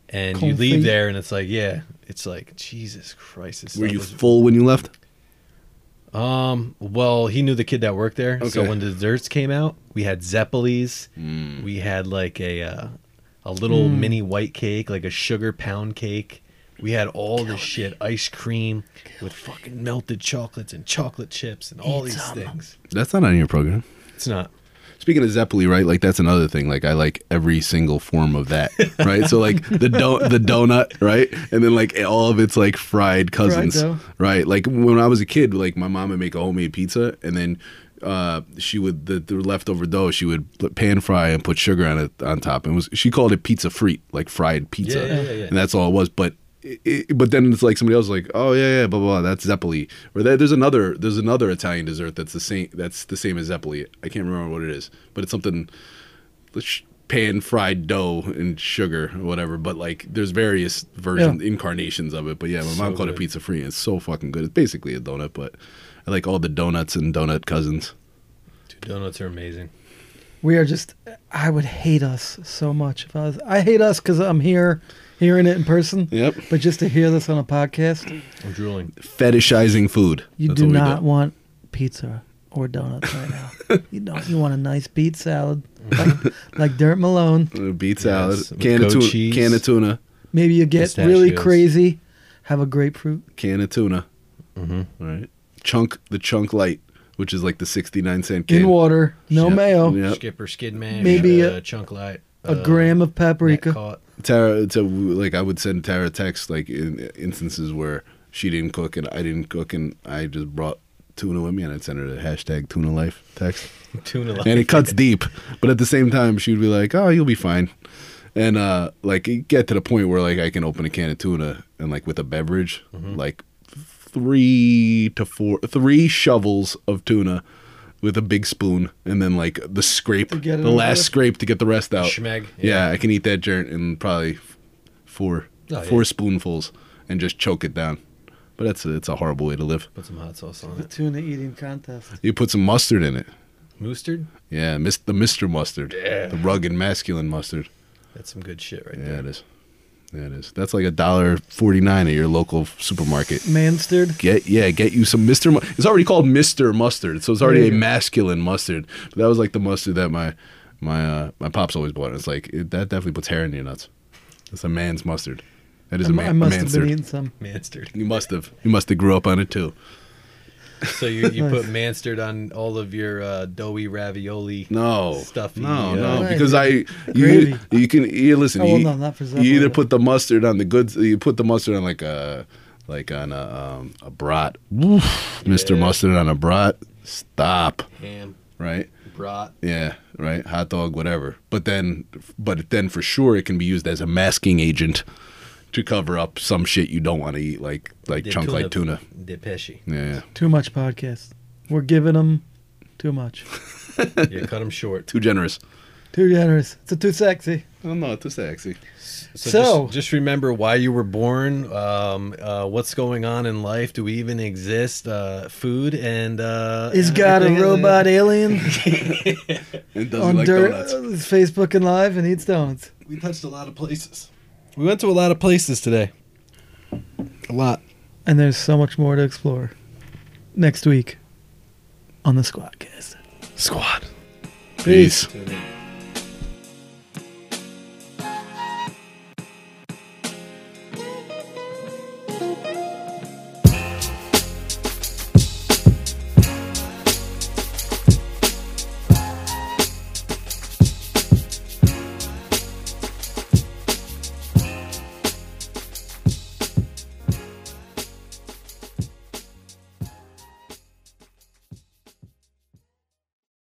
And you Confit. leave there and it's like, yeah, it's like Jesus Christ. This Were stuff you was- full when you left? um, well, he knew the kid that worked there. So Okay. Mm. when the desserts came out, we had Zeppelis. We had like a uh, a little Mm. mini white cake, like a sugar pound cake. We had all this shit, ice cream with fucking melted chocolates and chocolate chips and all these things. That's not on your program. It's not. Speaking of Zeppeli, right? Like that's another thing. Like I like every single form of that, right? so like the do- the donut, right? And then like all of its like fried cousins, dough. right? Like when I was a kid, like my mom would make a homemade pizza, and then uh, she would the, the leftover dough she would put- pan fry and put sugar on it on top, and it was she called it pizza frite, like fried pizza, Yeah, yeah, yeah, yeah. and that's all it was. But it, it- but then it's like somebody else, is like oh yeah yeah blah blah, blah that's Zeppeli. Or there, there's another there's another Italian dessert that's the same that's the same as Zeppeli. I can't remember what it is, but it's something the sh- pan fried dough and sugar or whatever. But like there's various versions Yeah. incarnations of it. But yeah, my mom So called it good. pizza free. and It's so fucking good. It's basically a donut, but I like all the donuts and donut cousins. Dude, donuts are amazing. We are just. I would hate us so much if I was. I hate us because I'm here, hearing it in person. Yep. But just to hear this on a podcast, I'm drooling. Fetishizing food. you That's do what we not want pizza or donuts right now. you don't. You want a nice beet salad, like, like Dirt Malone. Uh, Beet salad, with can, of goat tuna, cheese. can of tuna, Maybe you get really Pistachios. crazy, have a grapefruit. can of tuna. All right, chunk the chunk light, which is like the sixty nine cent can. In water, no Yep. mayo, Yep. Skipper, skid mash, Maybe uh, a- chunk light, a uh, gram of net paprika. caught. <laughs> Tara, to like I would send Tara texts like in instances where she didn't cook and I didn't cook and I just brought tuna with me and I'd send her the hashtag tuna life text Tuna light. and it cuts deep but at the same time she'd be like oh you'll be fine and uh like it get to the point where like I can open a can of tuna and like with a beverage like three to four three shovels of tuna with a big spoon and then like the scrape To the get it out. last scrape to get the rest out Schmeg, yeah, yeah. I can eat that dirt in probably f- four Oh, four yeah. spoonfuls and just choke it down. But that's a, it's a horrible way to live. Put some hot sauce on The it. tuna eating contest. You put some mustard in it. Mustard? Yeah, mis- the Mister Mustard, the rugged masculine mustard. That's some good shit right Yeah, there. it is. Yeah, it is. That's like a dollar forty nine at your local f- supermarket. Manstered. Get yeah, get you some Mister. Mu- it's already called Mister Mustard, so it's already There a you go. masculine mustard. But that was like the mustard that my my uh, my pops always bought. It's like it, that definitely puts hair in your nuts. It's a man's mustard. That is I a mu- man. I must a have manster. been eating some. Manstered. You must have. You must have grew up on it too. So you, you put Manstered on all of your uh, doughy ravioli. No, stuffy. No, uh, no, Right. because I Gravy. you you can you listen. Oh, well, you, no, not for you either Zappa. put the mustard on the good. You put the mustard on like a like on a um, a brat. Oof, Mr. Yeah. Mustard on a brat. Stop. ham, Right. brat. Yeah. Right. Hot dog. Whatever. But then, but then for sure it can be used as a masking agent to cover up some shit you don't want to eat, like like de chunk like tuna. <laughs> De pesci. Yeah. Too much podcast. We're giving them too much. Yeah, cut them short. Too generous. Too generous. It's a too sexy. Oh no, too sexy. So, So- just, just remember why you were born, um, uh, what's going on in life, do we even exist, uh, food, and. Uh, Is God a everything- robot <laughs> alien It doesn't on like dirt, donuts. is Facebooking live and eats donuts? We touched a lot of places. We went to a lot of places today. A lot. And there's so much more to explore next week on the Squadcast. Squad. Peace. Thank you.